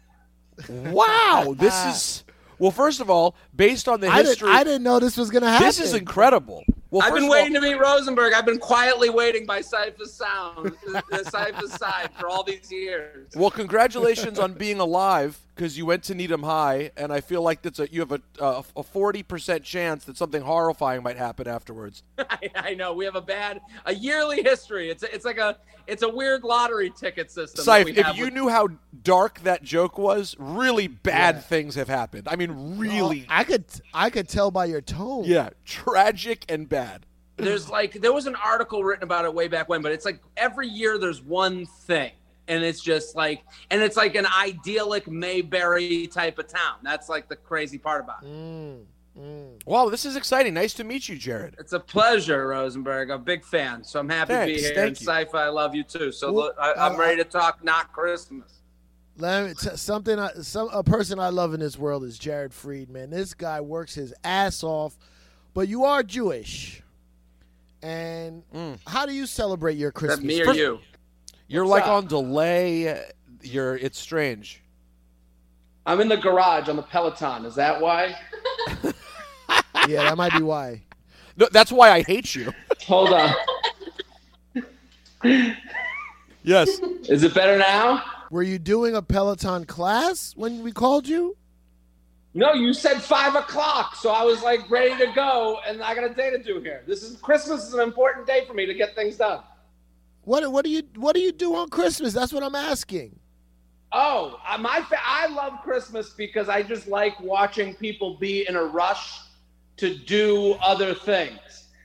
A: Wow, this
D: Ah.
A: is well. First of all, based on the
B: I, didn't,
A: history,
B: I didn't know this was going to happen.
A: this is incredible. Well,
D: I've
A: first
D: been
A: of all-
D: waiting to meet Rosenberg. I've been quietly waiting by Cypher's sound, the Cypher's side for all these years.
A: Well, congratulations on being alive because you went to Needham High, and I feel like that's a you have a uh, a forty percent chance that something horrifying might happen afterwards.
D: I, I know we have a bad, a yearly history. It's it's like a it's a weird lottery ticket system. that
A: Sife,
D: we
A: if
D: have
A: you
D: with-
A: knew how dark that joke was, really bad things have happened. I mean, really,
B: I could, I could tell by your tone.
A: yeah, tragic and bad.
D: there's like there was an article written about it way back when, but it's like every year there's one thing, and it's just like and it's like an idyllic Mayberry type of town. That's like the crazy part about it.
B: Mm, mm.
A: Wow, this is exciting. Nice to meet you, Jared.
D: It's a pleasure, Rosenberg. I'm a big fan, so I'm happy to
A: Thanks,
D: be here.
A: thank
D: and
A: you.
D: Cypher, I love you too. So
B: Well,
D: look, I, I'm
B: uh,
D: ready to talk. Not Christmas.
B: Let me t- something I, some a person I love in this world is Jared Fried, man. This guy works his ass off, but you are Jewish, and
A: Mm.
B: how do you celebrate your
D: Is
B: Christmas?
D: that me or
A: First-
D: you?
A: You're
D: What's
A: like
D: up?
A: on delay. You're it's strange.
D: I'm in the garage on the Peloton. Is that why?
B: yeah, that might be why.
A: No, that's why I hate you.
D: Hold on.
A: yes.
D: Is it better now?
B: Were you doing a Peloton class when we called you?
D: No, you said five o'clock, so I was like ready to go, and I got a day to do here. This is Christmas is an important day for me to get things done.
B: What what do you what do you do on Christmas? That's what I'm asking.
D: Oh, I- my fa- I love Christmas because I just like watching people be in a rush to do other things.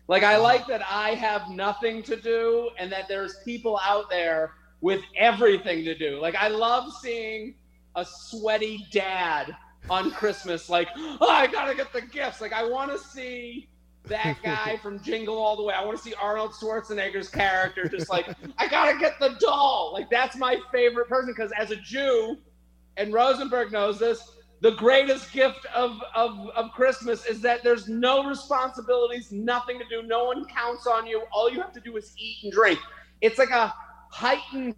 D: Like I like that I have nothing to do and that there's people out there with everything to do. Like I love seeing a sweaty dad on Christmas like, "Oh, I got to get the gifts." Like I want to see that guy from Jingle All the Way. I want to see Arnold Schwarzenegger's character just like, I gotta get the doll. Like that's my favorite person because as a Jew, and Rosenberg knows this, the greatest gift of, of of Christmas is that there's no responsibilities, nothing to do, no one counts on you. All you have to do is eat and drink. It's like a heightened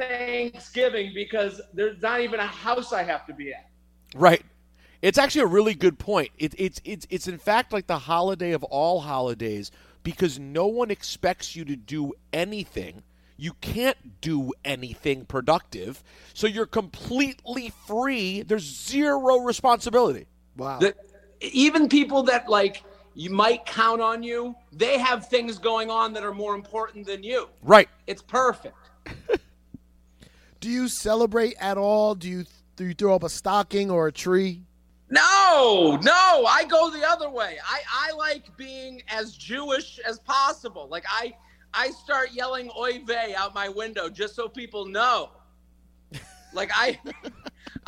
D: Thanksgiving because there's not even a house I have to be at.
A: Right. It's actually a really good point. It, it's it's it's in fact like the holiday of all holidays because no one expects you to do anything. You can't do anything productive, so you're completely free. There's zero responsibility.
B: Wow.
D: that even people that like you might count on you, they have things going on that are more important than you.
A: Right.
D: It's perfect.
B: do you celebrate at all? Do you do you throw up a stocking or a tree?
D: No, no, I go the other way. I, I like being as Jewish as possible. Like I I start yelling oy vey out my window just so people know. Like I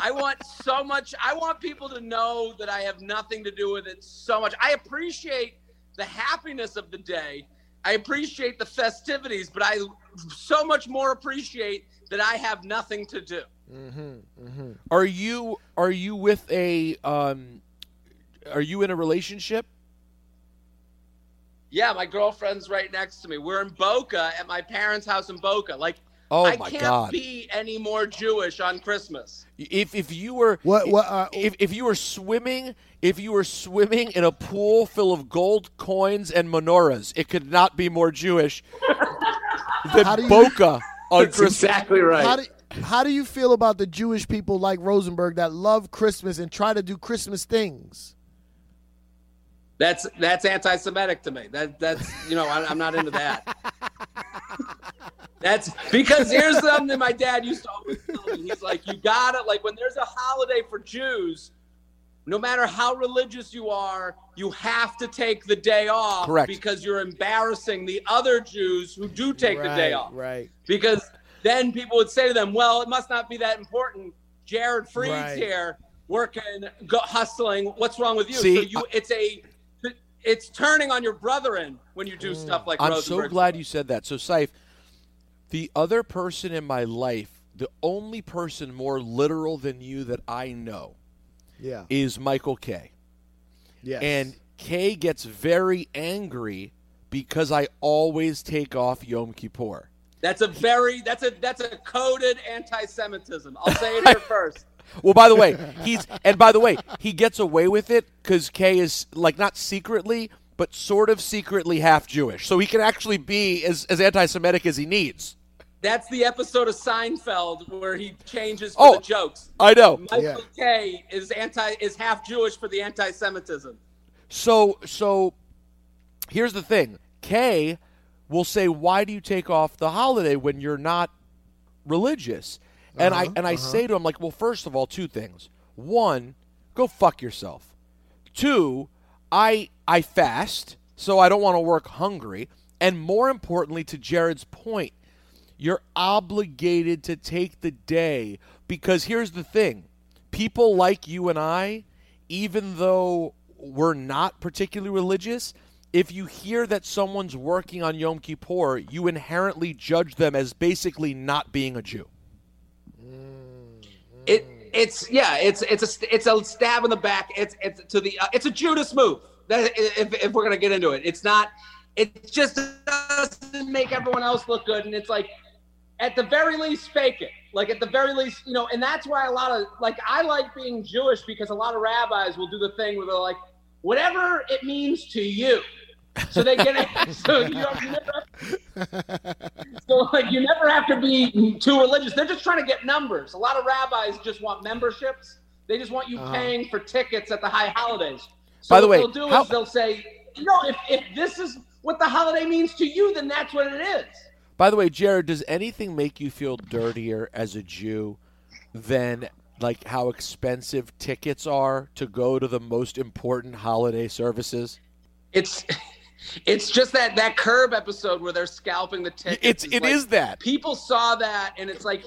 D: I want so much I want people to know that I have nothing to do with it so much. I appreciate the happiness of the day. I appreciate the festivities, but I so much more appreciate that I have nothing to do.
B: Mm-hmm,
A: Are you are you with a um are you in a relationship?
D: Yeah, my girlfriend's right next to me. We're in Boca at my parents' house in Boca. Like,
A: Oh
D: I
A: my
D: can't
A: god.
D: be any more Jewish on Christmas.
A: If if you were
B: What what uh,
A: if, if you were swimming if you were swimming in a pool full of gold coins and menorahs, it could not be more Jewish
B: How
A: than
B: do you-
A: Boca on Christmas.
D: exactly right.
B: how do how do you feel about the Jewish people like Rosenberg that love Christmas and try to do Christmas things?
D: that's that's anti-Semitic to me. That that's you know I, I'm not into that. that's because here's something my dad used to always tell me. He's like, you got it. Like when there's a holiday for Jews, no matter how religious you are, you have to take the day off
A: Correct.
D: because you're embarrassing the other Jews who do take the day off.
B: Right.
D: because then people would say to them, "Well, it must not be that important." Jared Freed's
B: Right.
D: here working, go, hustling. What's wrong with you?
A: See,
D: so you, it's a, it's turning on your brethren when you do stuff like.
A: Mm. I'm so
D: Rosenberg.
A: glad you said that. So Saif, the other person in my life, the only person more literal than you that I know
B: Yeah.
A: is Michael Kay.
B: Yes.
A: And Kay gets very angry because I always take off Yom Kippur.
D: That's a very that's a that's a coded anti-Semitism. I'll say it here first.
A: Well, by the way, he's and by the way, he gets away with it because Kay is like not secretly, but sort of secretly half Jewish, so he can actually be as, as anti-Semitic as he needs.
D: That's the episode of Seinfeld where he changes for
A: Oh.
D: the jokes.
A: I know.
D: Michael K is anti is half Jewish for the anti-Semitism.
A: So so, here's the thing: Kay will say, "Why do you take off the holiday when you're not religious?" And I and I say to him like, "Well, first of all, two things. One, go fuck yourself. Two, I I fast, so I don't want to work hungry. And more importantly, to Jared's point, you're obligated to take the day because here's the thing people like you and I, even though we're not particularly religious, if you hear that someone's working on Yom Kippur, you inherently judge them as basically not being a Jew.
D: It it's yeah, it's it's a st- it's a stab in the back. It's it's to the uh, it's a Judas move. That if if we're gonna get into it, it's not. It just doesn't make everyone else look good, and it's like at the very least fake it. Like at the very least, you know, and that's why a lot of like I like being Jewish because a lot of rabbis will do the thing where they're like, whatever it means to you. So they get it. So you, don't, you never- so like you never have to be too religious. They're just trying to get numbers. A lot of rabbis just want memberships. They just want you paying for tickets at the high holidays. So
A: By the
D: what
A: way,
D: they'll do
A: how-
D: is they'll say, you know, if, if this is what the holiday means to you, then that's what it is.
A: By the way, Jared, does anything make you feel dirtier as a Jew than like how expensive tickets are to go to the most important holiday services?
D: It's it's just that that curb episode where they're scalping the tickets.
A: It's
D: It's
A: it
D: like-
A: is that.
D: people saw that and it's like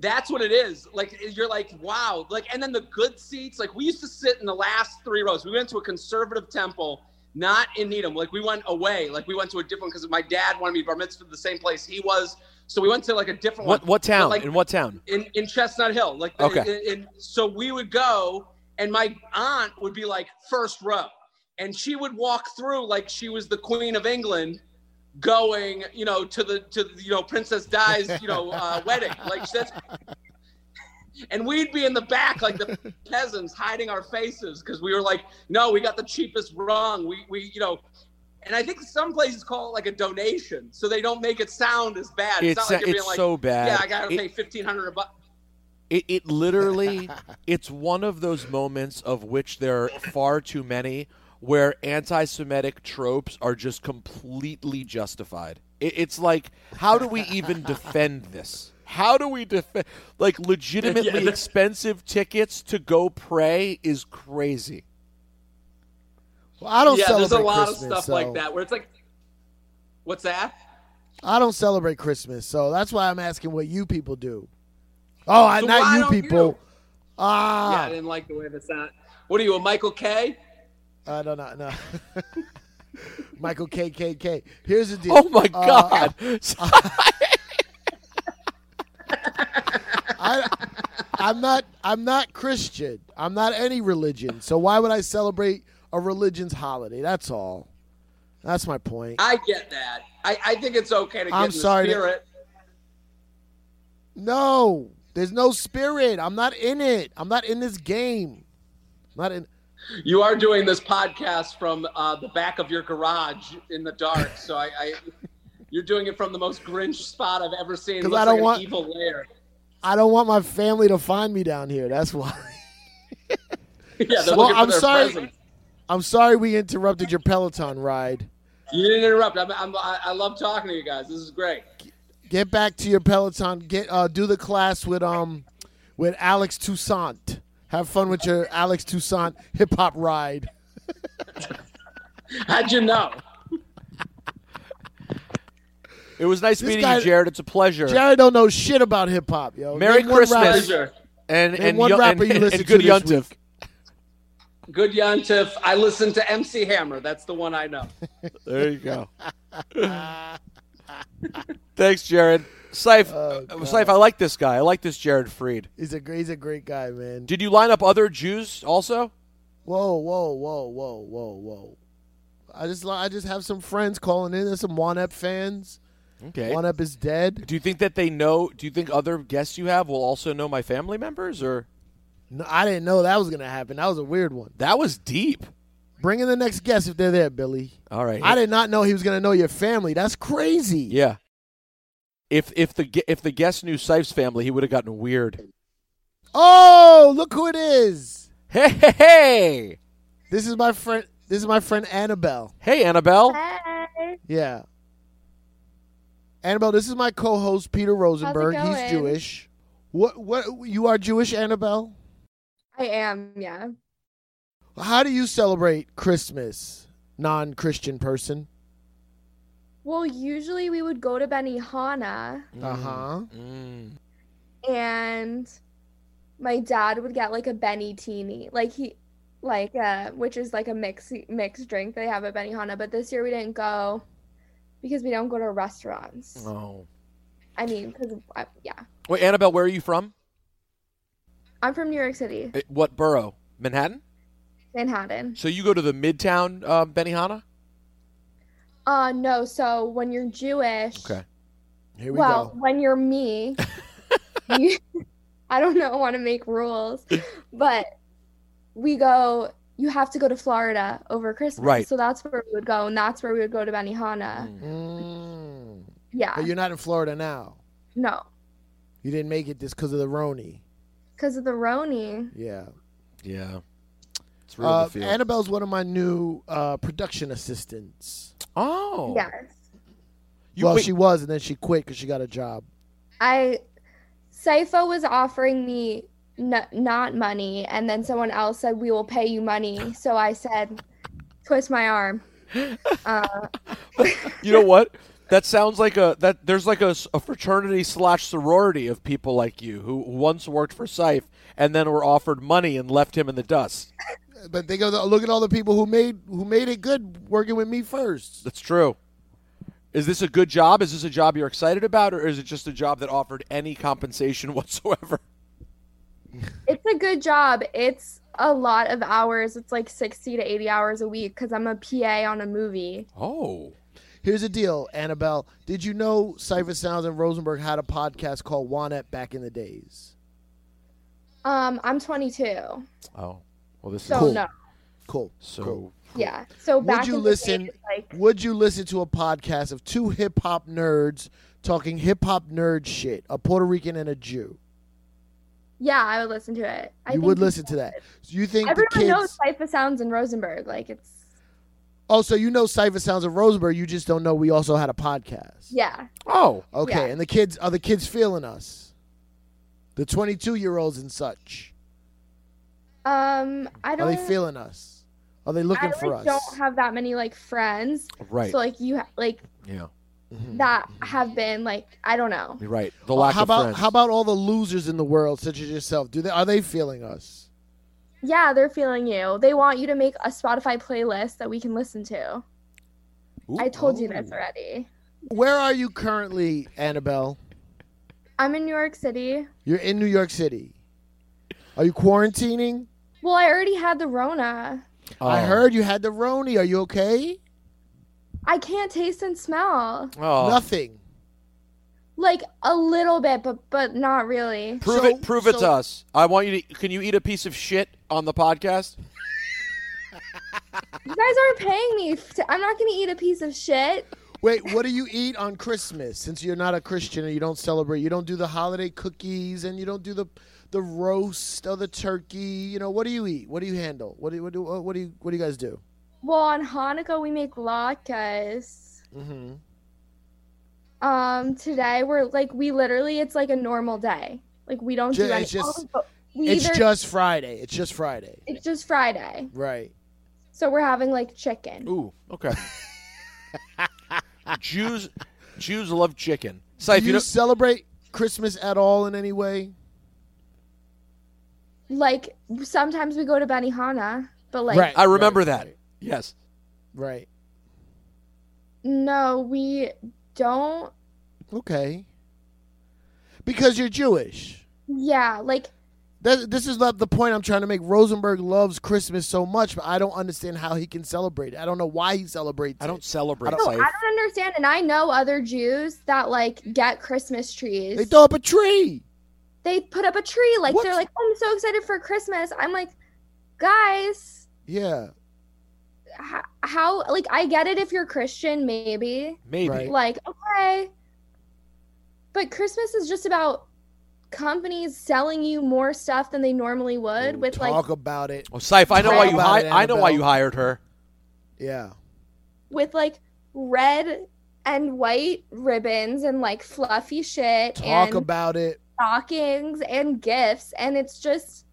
D: that's what it is like you're like wow like and then the good seats like we used to sit in the last three rows we went to a conservative temple not in needham like we went away like we went to a different because my dad wanted me bar mitzvah the same place he was so we went to like a different
A: What
D: one
A: what town?
D: But, like,
A: In what town?
D: in, in Chestnut Hill. Like,
A: Okay.
D: in- in- so we would go, and my aunt would be like first row, and she would walk through like she was the Queen of England, going, you know, to the to the, you know Princess Di's you know uh, wedding. Like that's. And we'd be in the back like the peasants hiding our faces because we were like, no, we got the cheapest rung. We, we, you know, and I think some places call it like a donation, so they don't make it sound as bad. It's,
A: It's
D: not like you're
A: it's
D: being like,
A: so bad.
D: yeah, I gotta
A: It-
D: pay fifteen hundred bucks.
A: It, it literally, it's one of those moments of which there are far too many where anti Semitic tropes are just completely justified. It, it's like, how do we even defend this? How do we defend, like, legitimately
D: Yeah.
A: expensive tickets to go pray is crazy.
B: Well, I don't
D: yeah,
B: celebrate
D: there's a lot
B: Christmas,
D: of stuff
B: so
D: like that where it's like, what's that?
B: I don't celebrate Christmas, so that's why I'm asking what you people do. Oh, I
D: So
B: not
D: why
B: you
D: don't
B: people.
D: you? yeah,
B: Ah,
D: I didn't like the way that sounded. What are you, a Michael K?
B: I don't know. Uh, No. Michael KKK. Here's the deal.
A: Oh my
B: Uh,
A: God.
B: I, I'm not. I'm not Christian. I'm not any religion. So why would I celebrate a religion's holiday? That's all. That's my point.
D: I get that. I, I think it's okay to get
B: I'm
D: in the
B: sorry to-
D: spirit.
B: No, there's no spirit. I'm not in it. I'm not in this game. I'm not in.
D: You are doing this podcast from uh, the back of your garage in the dark, so I, I you're doing it from the most Grinch spot I've ever seen.
B: 'Cause
D: It looks
B: I don't
D: like
B: want-
D: an evil lair.
B: I don't want my family to find me down here. That's why.
D: yeah, they're
B: Well,
D: looking for
B: I'm
D: their
B: sorry-
D: presents.
B: I'm sorry we interrupted your Peloton ride.
D: You didn't interrupt. I'm, I'm, I I love talking to you guys. This is great.
B: Get back to your Peloton. Get uh, do the class with um with Alex Toussaint. Have fun with your Alex Toussaint hip hop ride.
D: How'd you know?
A: it was nice
B: This
A: meeting
B: guy-
A: you, Jared. It's a pleasure.
B: Jared don't know shit about hip hop, yo.
A: Merry
B: Name one rapper-
A: Christmas.
D: Pleasure.
A: and,
B: Name
A: and,
B: one
A: yo-
B: rapper
A: and,
B: you listen
A: and
B: to
A: good
B: this
A: Yontif.
B: week.
D: Good Yontif. I listen to MC Hammer. That's the one I know.
A: There you go. Thanks, Jared. Seif,
B: Oh,
A: uh, Seif, I like this guy. I like this Jared Freed.
B: He's a he's a great guy, man.
A: Did you line up other Jews also?
B: Whoa, whoa, whoa, whoa, whoa, whoa. I just I just have some friends calling in. There's some One Up fans.
A: Okay.
B: One Up is dead.
A: Do you think that they know? Do you think other guests you have will also know my family members? Or
B: No, I didn't know that was gonna happen. That was a weird one.
A: that was deep.
B: Bring in the next guest if they're there, Billy.
A: All right.
B: I did not know he was gonna know your family. That's crazy.
A: Yeah. If if the gu- if the guest knew Seif's family, he would have gotten weird.
B: Oh, look who it is.
A: Hey hey hey
B: This is my friend. This is my friend Annabelle.
A: hey Annabelle.
E: Hey.
B: Yeah. Annabelle, this is my co-host Peter Rosenberg. He's
E: going?
B: Jewish. What what you are Jewish, Annabelle?
E: I am, yeah.
B: How do you celebrate Christmas, non-Christian person?
E: Well, usually we would go to Benihana
B: Uh-huh.
A: Mm.
E: and my dad would get like a Benny Teeny, like he like uh which is like a mix mixed drink they have at Benihana, but this year we didn't go because we don't go to restaurants.
A: Oh.
E: I mean, cuz yeah.
A: Wait, Annabelle, where are you from?
E: I'm from New York City,
A: Eh, What borough? Manhattan.
E: Manhattan.
A: So you go to the Midtown uh, Benihana?
E: Uh no, so when you're Jewish,
A: Okay.
B: Here we
E: well,
B: go.
E: when you're me, you- I don't know, want to make rules, but we go. You have to go to Florida over Christmas,
A: Right.
E: So that's where we would go, and that's where we would go to Benihana.
A: Mm.
B: Mm.
E: Yeah,
B: But you're not in Florida now.
E: no,
B: You didn't make it this because of the Roni.
E: because of the Roni.
B: Yeah.
A: Yeah. It's real
B: Uh,
A: to feel.
B: Annabelle's one of my new uh, production assistants.
A: oh.
E: Yes.
A: You,
B: well,
A: wait,
B: she was, and then she quit because she got a job.
E: I Sypho was offering me n- not money, and then someone else said, "We will pay you money." So I said, "Twist my arm." Uh,
A: you know what? That sounds like a that there's like a, s- a fraternity slash sorority of people like you who once worked for Syfe and then were offered money and left him in the dust.
B: But think of the, look at all the people who made who made it good working with me first.
A: That's true. Is this a good job? Is this a job you're excited about, or is it just a job that offered any compensation whatsoever?
E: it's a good job. It's a lot of hours. It's like sixty to eighty hours a week because I'm a PA on a movie.
A: Oh,
B: Here's the deal, Annabelle. Did you know Cypher Sounds and Rosenberg had a podcast called Wanette back in the days?
E: Um, I'm 22,
A: oh. Well, this
E: so
A: is
B: Cool.
E: no,
B: Cool.
A: so.
B: cool.
E: yeah. So
B: Would
E: back
B: you
E: in the day,
B: listen-
E: it's like
B: Would you listen to a podcast of two hip hop nerds talking hip hop nerd shit? A Puerto Rican and a Jew.
E: yeah, I would listen to it. I
B: you
E: think
B: would
E: people-
B: listen to that. So you think
E: Everyone
B: the kids?
E: knows Sypho Sounds in Rosenberg. Like it's
B: Oh, so you know Cypher Sounds of Rosenberg. You just don't know we also had a podcast.
E: yeah,
A: Oh,
B: Okay,
E: Yeah.
B: and the kids are the kids feeling us? The twenty-two year olds and such.
E: Um, I
B: Are
E: don't.
B: they feeling us? Are they looking
E: I
B: for
E: like,
B: us?
E: don't have that many like friends,
A: right.
E: so like you ha- like
A: yeah,
B: Mhm.
E: that have been like I don't know.
A: you're right. The lack
B: how
A: of
B: about
A: friends.
B: how about all the losers in the world, such as yourself? Do they are they feeling us?
E: Yeah, they're feeling you. They want you to make a Spotify playlist that we can listen to.
A: Ooh.
E: I told you
A: Oh.
E: this already.
B: Where are you currently, Annabelle?
E: I'm in New York City.
B: You're in New York City. Are you quarantining?
E: Well, I already had the Rona.
B: I
A: Oh.
B: heard you had the Roni. Are you okay?
E: I can't taste and smell.
A: Oh.
B: Nothing.
E: Like a little bit, but but not really.
A: Prove
B: So-
A: it. Prove it
B: so-
A: to us. I want you to. Can you eat a piece of shit on the podcast?
E: You guys aren't paying me. f- To, I'm not gonna eat a piece of shit.
B: Wait, what do you eat on Christmas? Since you're not a Christian and you don't celebrate, you don't do the holiday cookies and you don't do the the roast of the turkey. You know, what do you eat? What do you handle? What do you, what do what do you what do you guys do?
E: Well, on Hanukkah we make latkes.
B: Mm-hmm.
E: um today we're like we literally it's like a normal day like we don't
B: Ju-
E: do any,
B: it's just-
E: oh, we
B: It's
E: either,
B: just Friday. It's just Friday.
E: it's just friday
B: Right.
E: so we're having like chicken
A: Ooh. Okay. Jews. Jews love chicken. Syfe,
B: do
A: you,
B: you,
A: know,
B: celebrate Christmas at all in any way?
E: like sometimes we go to benihana but like
B: Right.
A: I remember
B: Right,
A: that.
B: right.
A: Yes.
B: Right.
E: no we don't
B: Okay. Because you're Jewish.
E: yeah like
B: That, this is not the point I'm trying to make. Rosenberg loves Christmas so much, but I don't understand how he can celebrate it. I don't know why he celebrates
A: I
B: it.
A: don't celebrate.
B: I
E: no, i
A: Syfe.
E: don't understand and i know other jews that like get christmas trees
B: They throw up a tree.
E: They put up a tree like
B: What?
E: they're like oh i'm so excited for christmas i'm like guys
B: Yeah.
E: how, how like i get it if you're christian maybe
A: Maybe.
B: Right.
E: like okay but christmas is just about companies selling you more stuff than they normally would with
B: talk
E: like
B: about it.
A: Oh, Syfe, I know
E: Talk
A: why you.
B: about
A: Hi-
B: it,
A: I know why
B: Annabelle.
A: you hired her.
B: Yeah.
E: with like red and white ribbons and like fluffy shit
B: Talk
E: and
B: about it.
E: stockings and gifts and it's just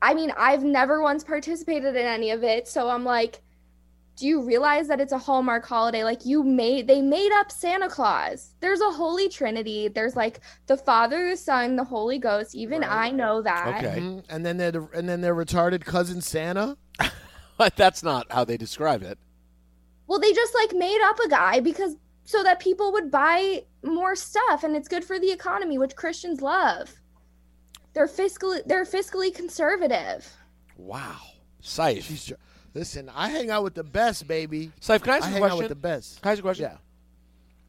E: I mean, I've never once participated in any of it, so I'm like do you realize that it's a Hallmark holiday? Like you made they made up Santa Claus. There's a holy trinity. There's like the Father, the Son, the Holy Ghost. Even I know that.
A: Okay.
B: Mhm. And then they're the- and then their retarded cousin Santa.
A: But that's not how they describe it.
E: Well, they just like made up a guy because so that people would buy more stuff and it's good for the economy, which Christians love. They're fiscally they're fiscally conservative.
A: Wow. Syfe.
B: She's tr- listen. I hang out with the best, baby.
A: Syfe, can I ask
B: I
A: you a
B: hang out
A: question?
B: with the best.
A: Can I ask you a question?
B: Yeah.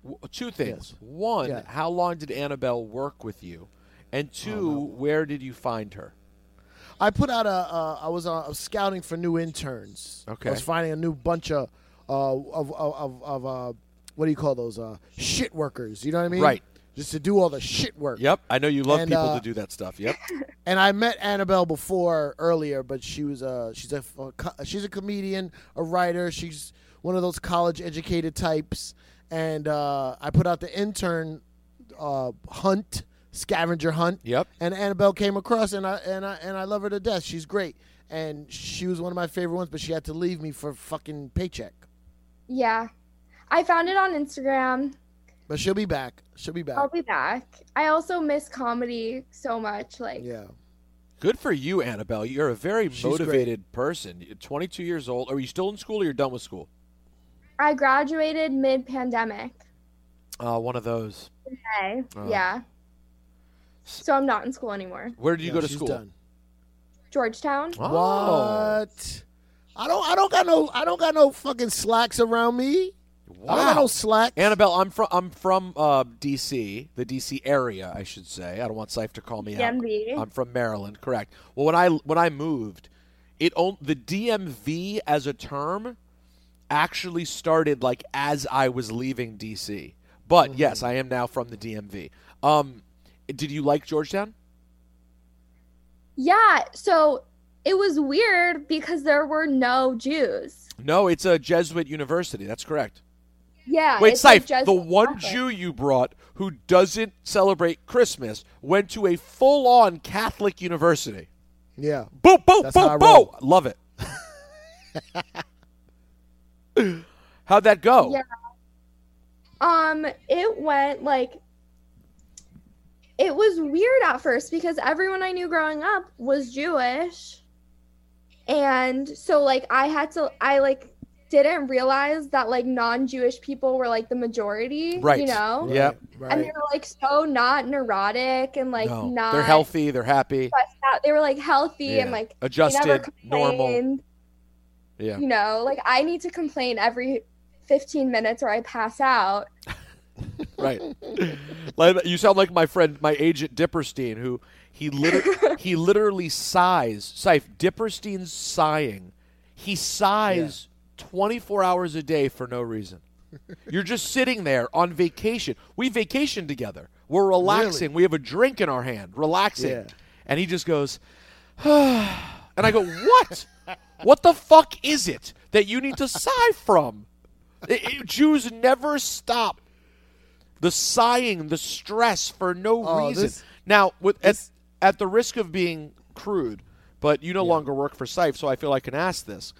A: W- Two things.
B: Yes.
A: One,
B: Yeah.
A: how long did Annabelle work with you? And two, where did you find her?
B: I put out a. Uh, I was uh, scouting for new interns.
A: Okay.
B: I was finding a new bunch of uh, of of of, of uh, what do you call those uh, shit workers? You know what I mean?
A: Right.
B: just to do all the shit work.
A: Yep. I know you love
B: And,
A: people
B: uh,
A: to do that stuff. Yep.
B: And I met Annabelle before earlier, but she was uh she's a co- she's a comedian, a writer. She's one of those college educated types. And uh, I put out the intern uh, hunt scavenger hunt.
A: Yep.
B: And Annabelle came across, and I and I and I love her to death. She's great, and she was one of my favorite ones. But she had to leave me for fucking paycheck.
E: Yeah. I found it on Instagram.
B: But she'll be back. She'll be back.
E: I'll be back. I also miss comedy so much. Like,
B: yeah.
A: Good for you, Annabelle. You're a very
B: She's great.
A: motivated person. You're 22 years old. Are you still in school or you're done with school?
E: I graduated mid pandemic.
A: Uh, one of those.
E: Okay.
A: Oh.
E: Yeah. So I'm not in school anymore.
A: Where did you
B: Yeah,
A: go to
B: she's
A: school?
B: done.
E: Georgetown.
A: Oh.
B: What? I don't. I don't got no. I don't got no fucking slacks around me. I don't got
A: Wow.
B: no slacks.
A: Annabelle, I'm from I'm from uh, DC, the DC area, I should say. I don't want Sife to call me out.
E: DMV.
A: I'm from Maryland, correct. Well, when I when I moved, it on, the DMV as a term actually started like as I was leaving DC. But yes, I am now from the DMV. Um, did you like Georgetown?
E: Yeah. So it was weird because there were no Jews.
A: No, it's a Jesuit university. That's correct.
E: Yeah.
A: Wait,
E: Uh, it's like
A: Sife,
E: just-
A: the one
E: Catholic.
A: Jew you brought who doesn't celebrate Christmas went to a full-on Catholic university.
B: Yeah.
A: Boo, boo,
B: That's how I
A: boo, boo.
B: roll.
A: Love it. How'd that go?
E: Yeah. Um, it went like it was weird at first because everyone I knew growing up was Jewish. And so like I had to I like didn't realize that like non-Jewish people were like the majority,
A: Right.
E: you know?
A: Yeah. Yep.
B: Right.
E: And they were like so not neurotic and like
A: No.
E: not
A: They're healthy. They're happy.
E: stressed out. They were like healthy and
A: Yeah.
E: like they never
A: adjusted, normal.
E: complained,
A: Yeah.
E: You know, like I need to complain every 15 minutes or I pass out.
A: right. Like, you sound like my friend, my agent Dipperstein, who he liter- he literally sighs. Sife Dipperstein's sighing. He sighs 24 hours a day for no reason. You're just sitting there on vacation. We vacation together. We're relaxing. We have a drink in our hand, relaxing.
B: Yeah.
A: And he just goes, and I go, what? what the fuck is it that you need to sigh from? It- it- Jews never stop the sighing, the stress for no
B: Oh,
A: reason.
B: this-
A: now, with
B: this-
A: at, at the risk of being crude, but you no longer work for Sife, so I feel I can ask this.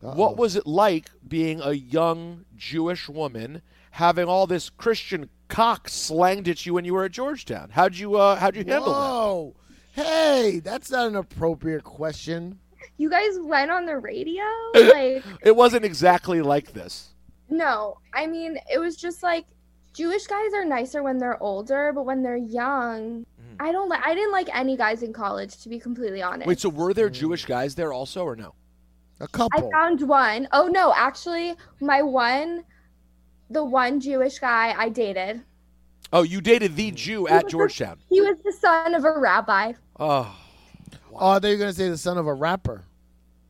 A: What was it like being a young Jewish woman having all this Christian cock slanged at you when you were at Georgetown? How'd you uh, how'd you handle that?
B: Whoa. Hey, that's not an appropriate question.
E: you guys went on the radio like
A: It wasn't exactly like this.
E: no i mean it was just like jewish guys are nicer when they're older but when they're young i don't like i didn't like any guys in college to be completely honest
A: Wait, so were
B: Mm.
A: there Jewish guys there also, or no?
B: A
E: i
B: couple.
E: found one. Oh no actually my one the one jewish guy i dated
A: Oh, you dated the Jew at Georgetown.
E: he was the son of a rabbi
A: Oh,
B: oh, I thought you were gonna say the son of a rapper.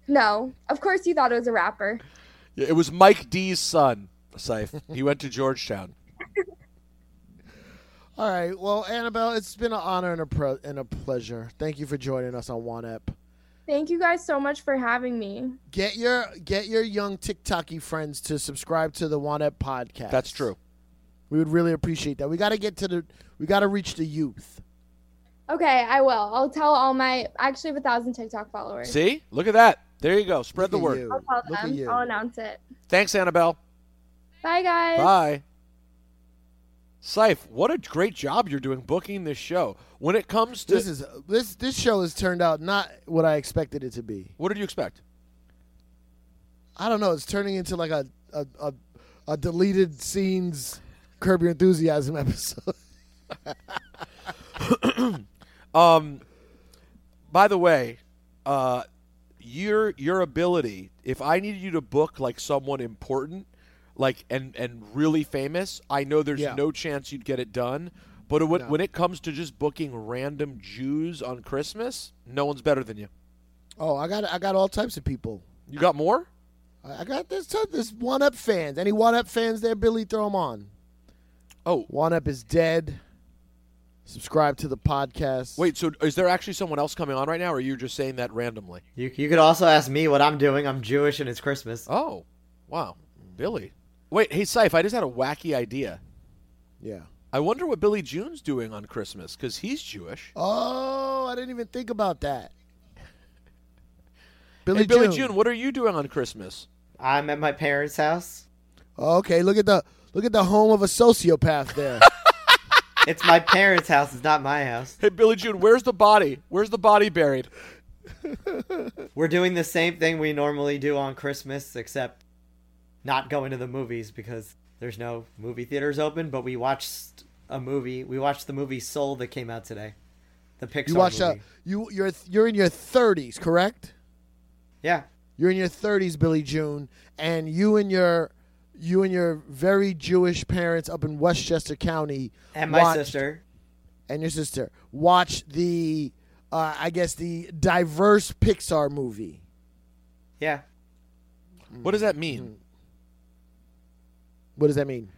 E: no of course you thought it was a rapper
A: Yeah, it was Mike D's son, Saif. He went to Georgetown.
B: All right. Well, Annabelle, it's been an honor and a pro- and a pleasure. Thank you for joining us on One Ep.
E: thank you guys so much for having me
B: Get your get your young TikToky friends to subscribe to the One Ep podcast.
A: That's true.
B: We would really appreciate that. We got to get to the we got to reach the youth.
E: okay i will i'll tell all my I actually have a thousand tiktok followers
A: See? Look at that. There you go. Spread
B: Look
A: the
B: at
A: word.
B: you.
E: I'll tell
B: Look at
E: them. Oh,
B: you.
E: I'll announce it.
A: Thanks, Annabelle.
E: Bye, guys.
A: Bye. Saif, what a great job you're doing booking this show. When it comes to.
B: This is this this show has turned out not what I expected it to be.
A: what did you expect?
B: I don't know. It's turning into like a a, a, a deleted scenes Curb Your Enthusiasm episode.
A: Um, by the way, uh, your your ability. If I needed you to book like someone important, like and and really famous, I know there's
B: Yeah.
A: no chance you'd get it done. But it, when,
B: No.
A: when it comes to just booking random Jews on Christmas, no one's better than you.
B: oh, I got I got all types of people.
A: You got more?
B: I, I got this type- this one up fans. Any one up fans there, Billy? Throw them on.
A: Oh,
B: One up is dead. Subscribe to the podcast.
A: Wait, so is there actually someone else coming on right now, or are you just saying that randomly?
C: You, you could also ask me what I'm doing. I'm Jewish and it's Christmas.
A: Oh, wow, Billy. Wait, hey Seif, I just had a wacky idea.
B: Yeah.
A: I wonder what Billy June's doing on Christmas because he's Jewish.
B: Oh, I didn't even think about that. Billy,
A: hey, Billy June, what are you doing on Christmas?
C: I'm at my parents' house.
B: Okay, look at the look at the home of a sociopath there.
C: It's my parents' house. It's not my house.
A: Hey, Billy June, where's the body? Where's the body buried?
C: We're doing the same thing we normally do on Christmas, except not going to the movies because there's no movie theaters open. But we watched a movie. We watched the movie Soul that came out today. The Pixar
B: you watch uh,
C: movie.
B: you you're you're in your 30s, correct?
C: Yeah,
B: You're in your 30s, Billy June, and you and your you and your very Jewish parents up in Westchester County
C: and my
B: watched-
C: sister.
B: and your sister watch the uh, I guess the diverse Pixar movie.
C: Yeah,
A: What does that mean?
B: What does that mean?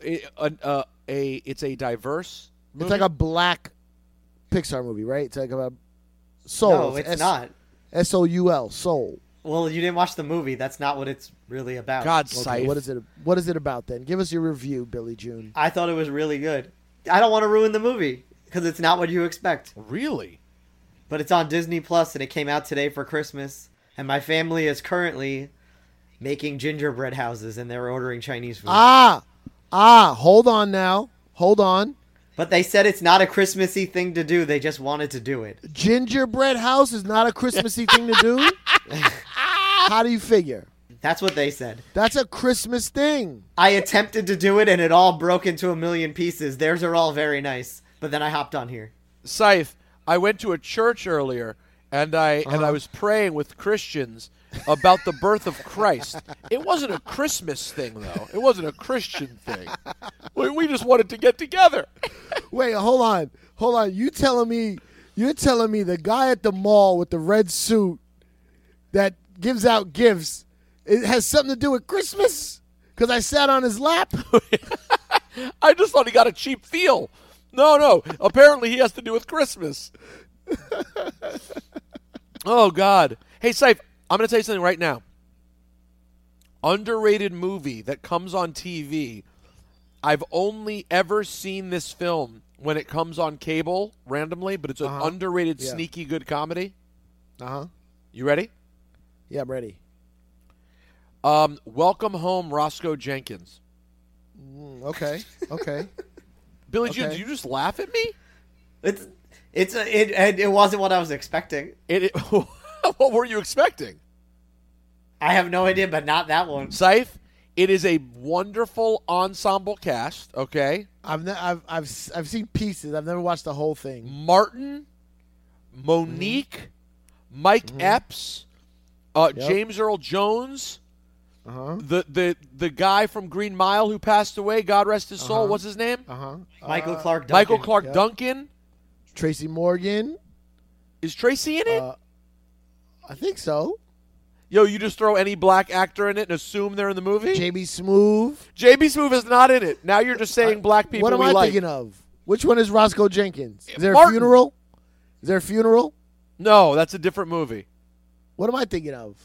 A: A-
B: Mm-hmm.
A: a- uh, a- it's a diverse. Movie?
B: It's like a black Pixar movie, right? It's like a soul.
C: no, it's
B: S-
C: not.
B: S O U L soul.
C: Well, you didn't watch the movie. That's not what it's really about.
A: God
B: Okay,
A: Seif.
B: what is it? What is it about then? Give us your review, Billy June.
C: I thought it was really good. I don't want to ruin the movie because it's not what you expect.
A: Really?
C: But it's on Disney Plus and it came out today for Christmas. And my family is currently making gingerbread houses and they're ordering Chinese food.
B: Ah, ah. Hold on now. Hold on.
C: but they said it's not a Christmassy thing to do. They just wanted to do it.
B: Gingerbread house is not a Christmassy thing to do. How do you figure?
C: That's what they said.
B: That's a Christmas thing.
C: I attempted to do it and it all broke into a million pieces. Theirs are all very nice. But then I hopped on here.
A: Scythe, I went to a church earlier and I
B: Uh-huh.
A: and I was praying with Christians about the birth of Christ. It wasn't a Christmas thing though. It wasn't a Christian thing. We, we just wanted to get together.
B: Wait, hold on, hold on. You telling me, you're telling me the guy at the mall with the red suit that gives out gifts, it has something to do with Christmas? Because I sat on his lap.
A: I just thought he got a cheap feel. No, no. Apparently he has to do with Christmas. oh God. Hey Scythe, I'm gonna tell you something right now. Underrated movie that comes on TV. I've only ever seen this film when it comes on cable randomly, but it's an
B: Uh-huh.
A: underrated,
B: Yeah.
A: sneaky good comedy.
B: Uh huh.
A: You ready?
B: Yeah, I'm ready.
A: Um, Welcome Home, Roscoe Jenkins.
B: Mm, Okay. Okay.
A: Billy June,
B: Okay.
A: did you just laugh at me?
C: It's. It's a, it, and it wasn't what I was expecting.
A: It, it, what were you expecting?
C: I have no idea, but not that one.
A: Scythe, it is a wonderful ensemble cast, okay?
B: I've, ne- I've I've s- I've seen pieces. I've never watched the whole thing.
A: Martin, Monique, Mike Epps, uh,
B: Mm-hmm. Yep.
A: James Earl Jones,
B: Uh huh.
A: the, the the guy from Green Mile who passed away, God rest his soul,
B: Uh-huh.
A: what's his name?
B: Uh huh.
C: Michael Clark Duncan.
A: Michael Clark
B: Yep.
A: Duncan.
B: Tracy Morgan.
A: Is Tracy in it?
B: Uh, I think so.
A: Yo, you just throw any black actor in it and assume they're in the movie?
B: JB Smoove.
A: JB Smoove is not in it. Now you're just saying black people
B: what am
A: we
B: I
A: like.
B: thinking of? Which one is Roscoe Jenkins? Is there a
A: Martin.
B: funeral? Is there a funeral?
A: No, that's a different movie.
B: What am I thinking of?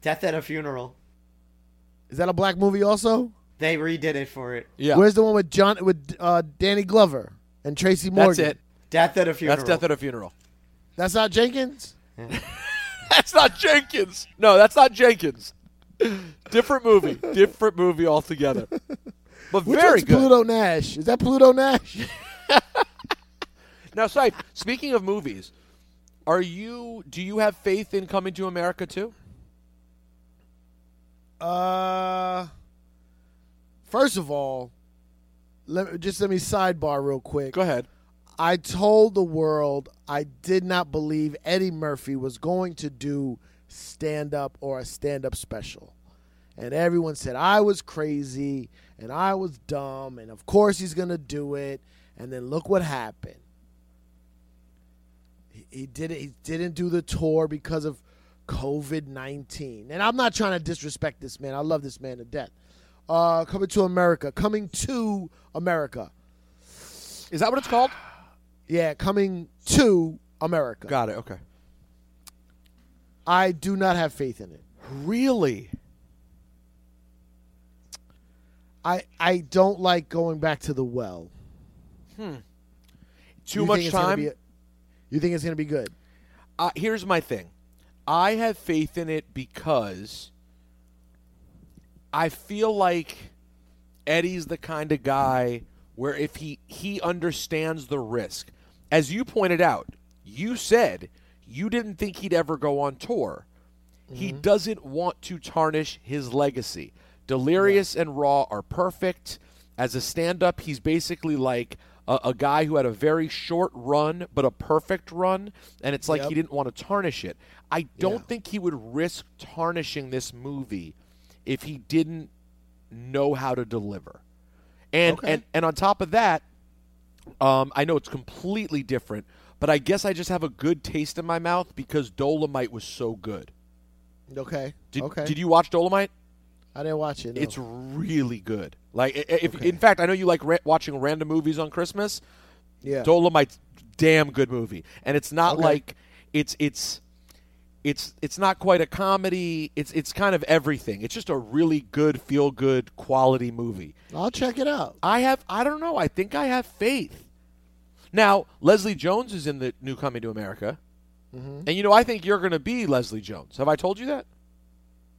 C: Death at a Funeral.
B: Is that a black movie also?
C: They redid it for it.
A: Yeah.
B: Where's the one with John with uh, Danny Glover and Tracy Morgan?
A: that's it.
C: Death at a Funeral.
A: That's Death at a Funeral.
B: That's not Jenkins.
A: That's not Jenkins. No, that's not Jenkins. Different movie. Different movie altogether. But
B: Which
A: very
B: one's
A: good.
B: Pluto Nash. Is that Pluto Nash?
A: Now, sorry. Speaking of movies, are you? Do you have faith in Coming to America too?
B: uh, first of all, let just let me sidebar real quick.
A: Go ahead.
B: I told the world I did not believe Eddie Murphy was going to do stand up or a stand up special. And everyone said I was crazy and I was dumb and of course he's going to do it. And then look what happened. He, he did it. He didn't do the tour because of COVID-19. And I'm not trying to disrespect this man. I love this man to death. Uh, coming to America, coming to America.
A: Is that what it's called?
B: Yeah, coming to America.
A: Got it. Okay.
B: I do not have faith in it.
A: Really?
B: I I don't like going back to the well.
A: Too
B: You think
A: much
B: it's gonna
A: time?
B: be a- you think it's going to be good?
A: uh, here's my thing i have faith in it because i feel like eddie's the kind of guy where if he he understands the risk as you pointed out you said you didn't think he'd ever go on tour he doesn't want to tarnish his legacy. Delirious and Raw are perfect. As a stand up, he's basically like a, a guy who had a very short run, but a perfect run. And it's like he didn't want to tarnish it. I don't think he would risk tarnishing this movie if he didn't know how to deliver. And,
B: Okay.
A: and, and on top of that, um, I know it's completely different, but I guess I just have a good taste in my mouth because Dolomite was so good.
B: Okay.
A: Did,
B: okay.
A: did you watch Dolomite?
B: I didn't watch it. no.
A: It's really good. Like, i- i- if in fact, I know you like ra- watching random movies on Christmas.
B: yeah.
A: Dolomite's damn good movie, and it's not
B: Okay.
A: like it's it's it's it's not quite a comedy. It's it's kind of everything. It's just a really good feel good quality movie.
B: I'll check it out.
A: I have I don't know. I think I have faith. Now Leslie Jones is in the new Coming to America,
B: Mm-hmm.
A: and you know I think you're going to be Leslie Jones. Have I told you that?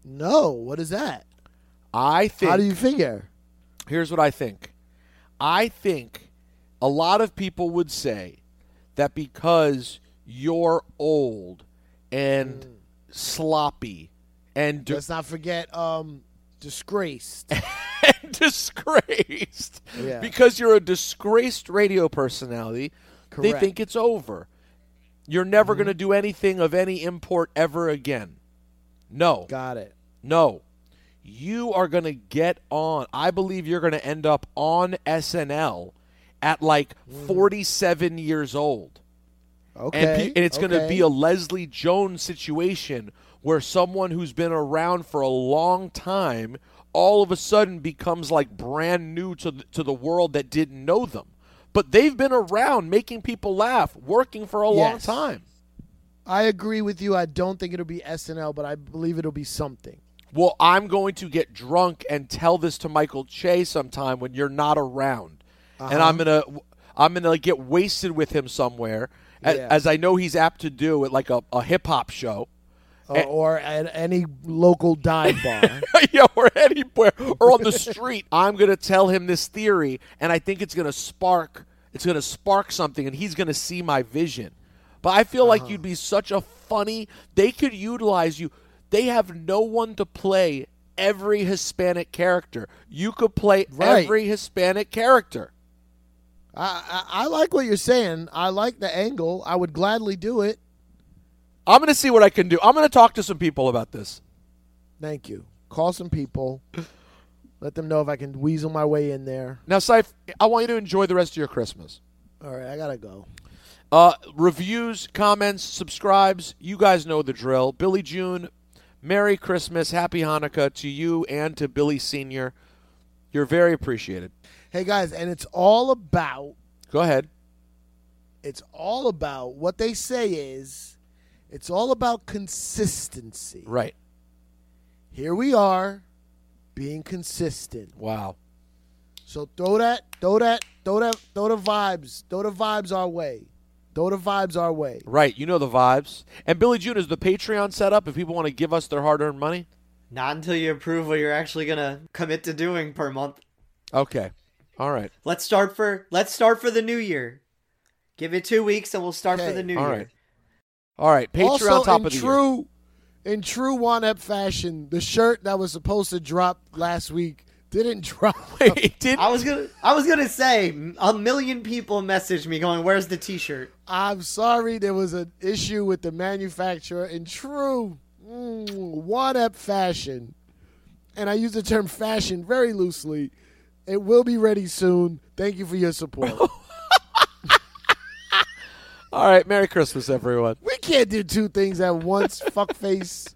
B: No, what is that?
A: I think.
B: How do you figure?
A: Here's what I think. I think a lot of people would say that because you're old and
B: Mm.
A: sloppy and, di-
B: Let's not forget um disgraced.
A: and disgraced,
B: Yeah.
A: because you're a disgraced radio personality, they
B: Correct. Mm-hmm.
A: think it's over. You're never going to do anything of any import ever again. No.
B: Got it.
A: No. You are going to get on. I believe you're going to end up on SNL at like
B: Hmm.
A: 47 years old.
B: Okay.
A: And, pe- and it's going to
B: okay.
A: be a Leslie Jones situation where someone who's been around for a long time all of a sudden becomes like brand new to the, to the world that didn't know them. But they've been around making people laugh, working for a long
B: Yes.
A: time.
B: I agree with you. I don't think it'll be SNL, but I believe it'll be something.
A: Well, I'm going to get drunk and tell this to Michael Che sometime when you're not around, and I'm gonna I'm gonna like, get wasted with him somewhere, a-
B: Yeah.
A: as I know he's apt to do at like a, a hip hop show,
B: Or, Uh, or at any local dive bar.
A: yeah, or anywhere or on the street. I'm gonna tell him this theory, and I think it's gonna spark it's gonna spark something, and he's gonna see my vision. But I feel like you'd be such a funny. They could utilize you. They have no one to play every Hispanic character. You could play
B: Right.
A: every Hispanic character.
B: I, I I like what you're saying. I like the angle. I would gladly do it.
A: I'm gonna see what I can do. I'm gonna talk to some people about this.
B: Thank you. Call some people. Let them know if I can weasel my way in there.
A: Now, Saif, I want you to enjoy the rest of your Christmas.
B: All right, I gotta go.
A: Uh, reviews, comments, subscribes. You guys know the drill. Billy June, Merry Christmas, Happy Hanukkah to you and to Billy Sr. You're very appreciated.
B: Hey guys, and it's all about
A: Go ahead.
B: it's all about what they say is it's all about consistency.
A: Right.
B: Here we are being consistent.
A: Wow.
B: So throw that, throw that, throw that, throw the vibes, throw the vibes our way. Throw the vibes our way.
A: Right. You know the vibes. And Billy June is the Patreon set up if people want to give us their hard earned money.
C: Not until you approve what you're actually gonna commit to doing per month.
A: Okay. All right.
C: Let's start for let's start for the new year. Give it two weeks and we'll start for
B: Okay.
C: the new
A: All
C: year.
A: right. All right. Patreon
B: also,
A: top
B: in
A: of the year.
B: true, in true One Up fashion, the shirt that was supposed to drop last week didn't drop.
A: It did-
C: I was gonna I was gonna say a million people messaged me going, "Where's the T-shirt?"
B: I'm sorry, there was an issue with the manufacturer. In true mm, One Up fashion, and I use the term fashion very loosely. It will be ready soon. Thank you for your support.
A: All right. Merry Christmas, everyone.
B: we can't do two things at once, fuckface.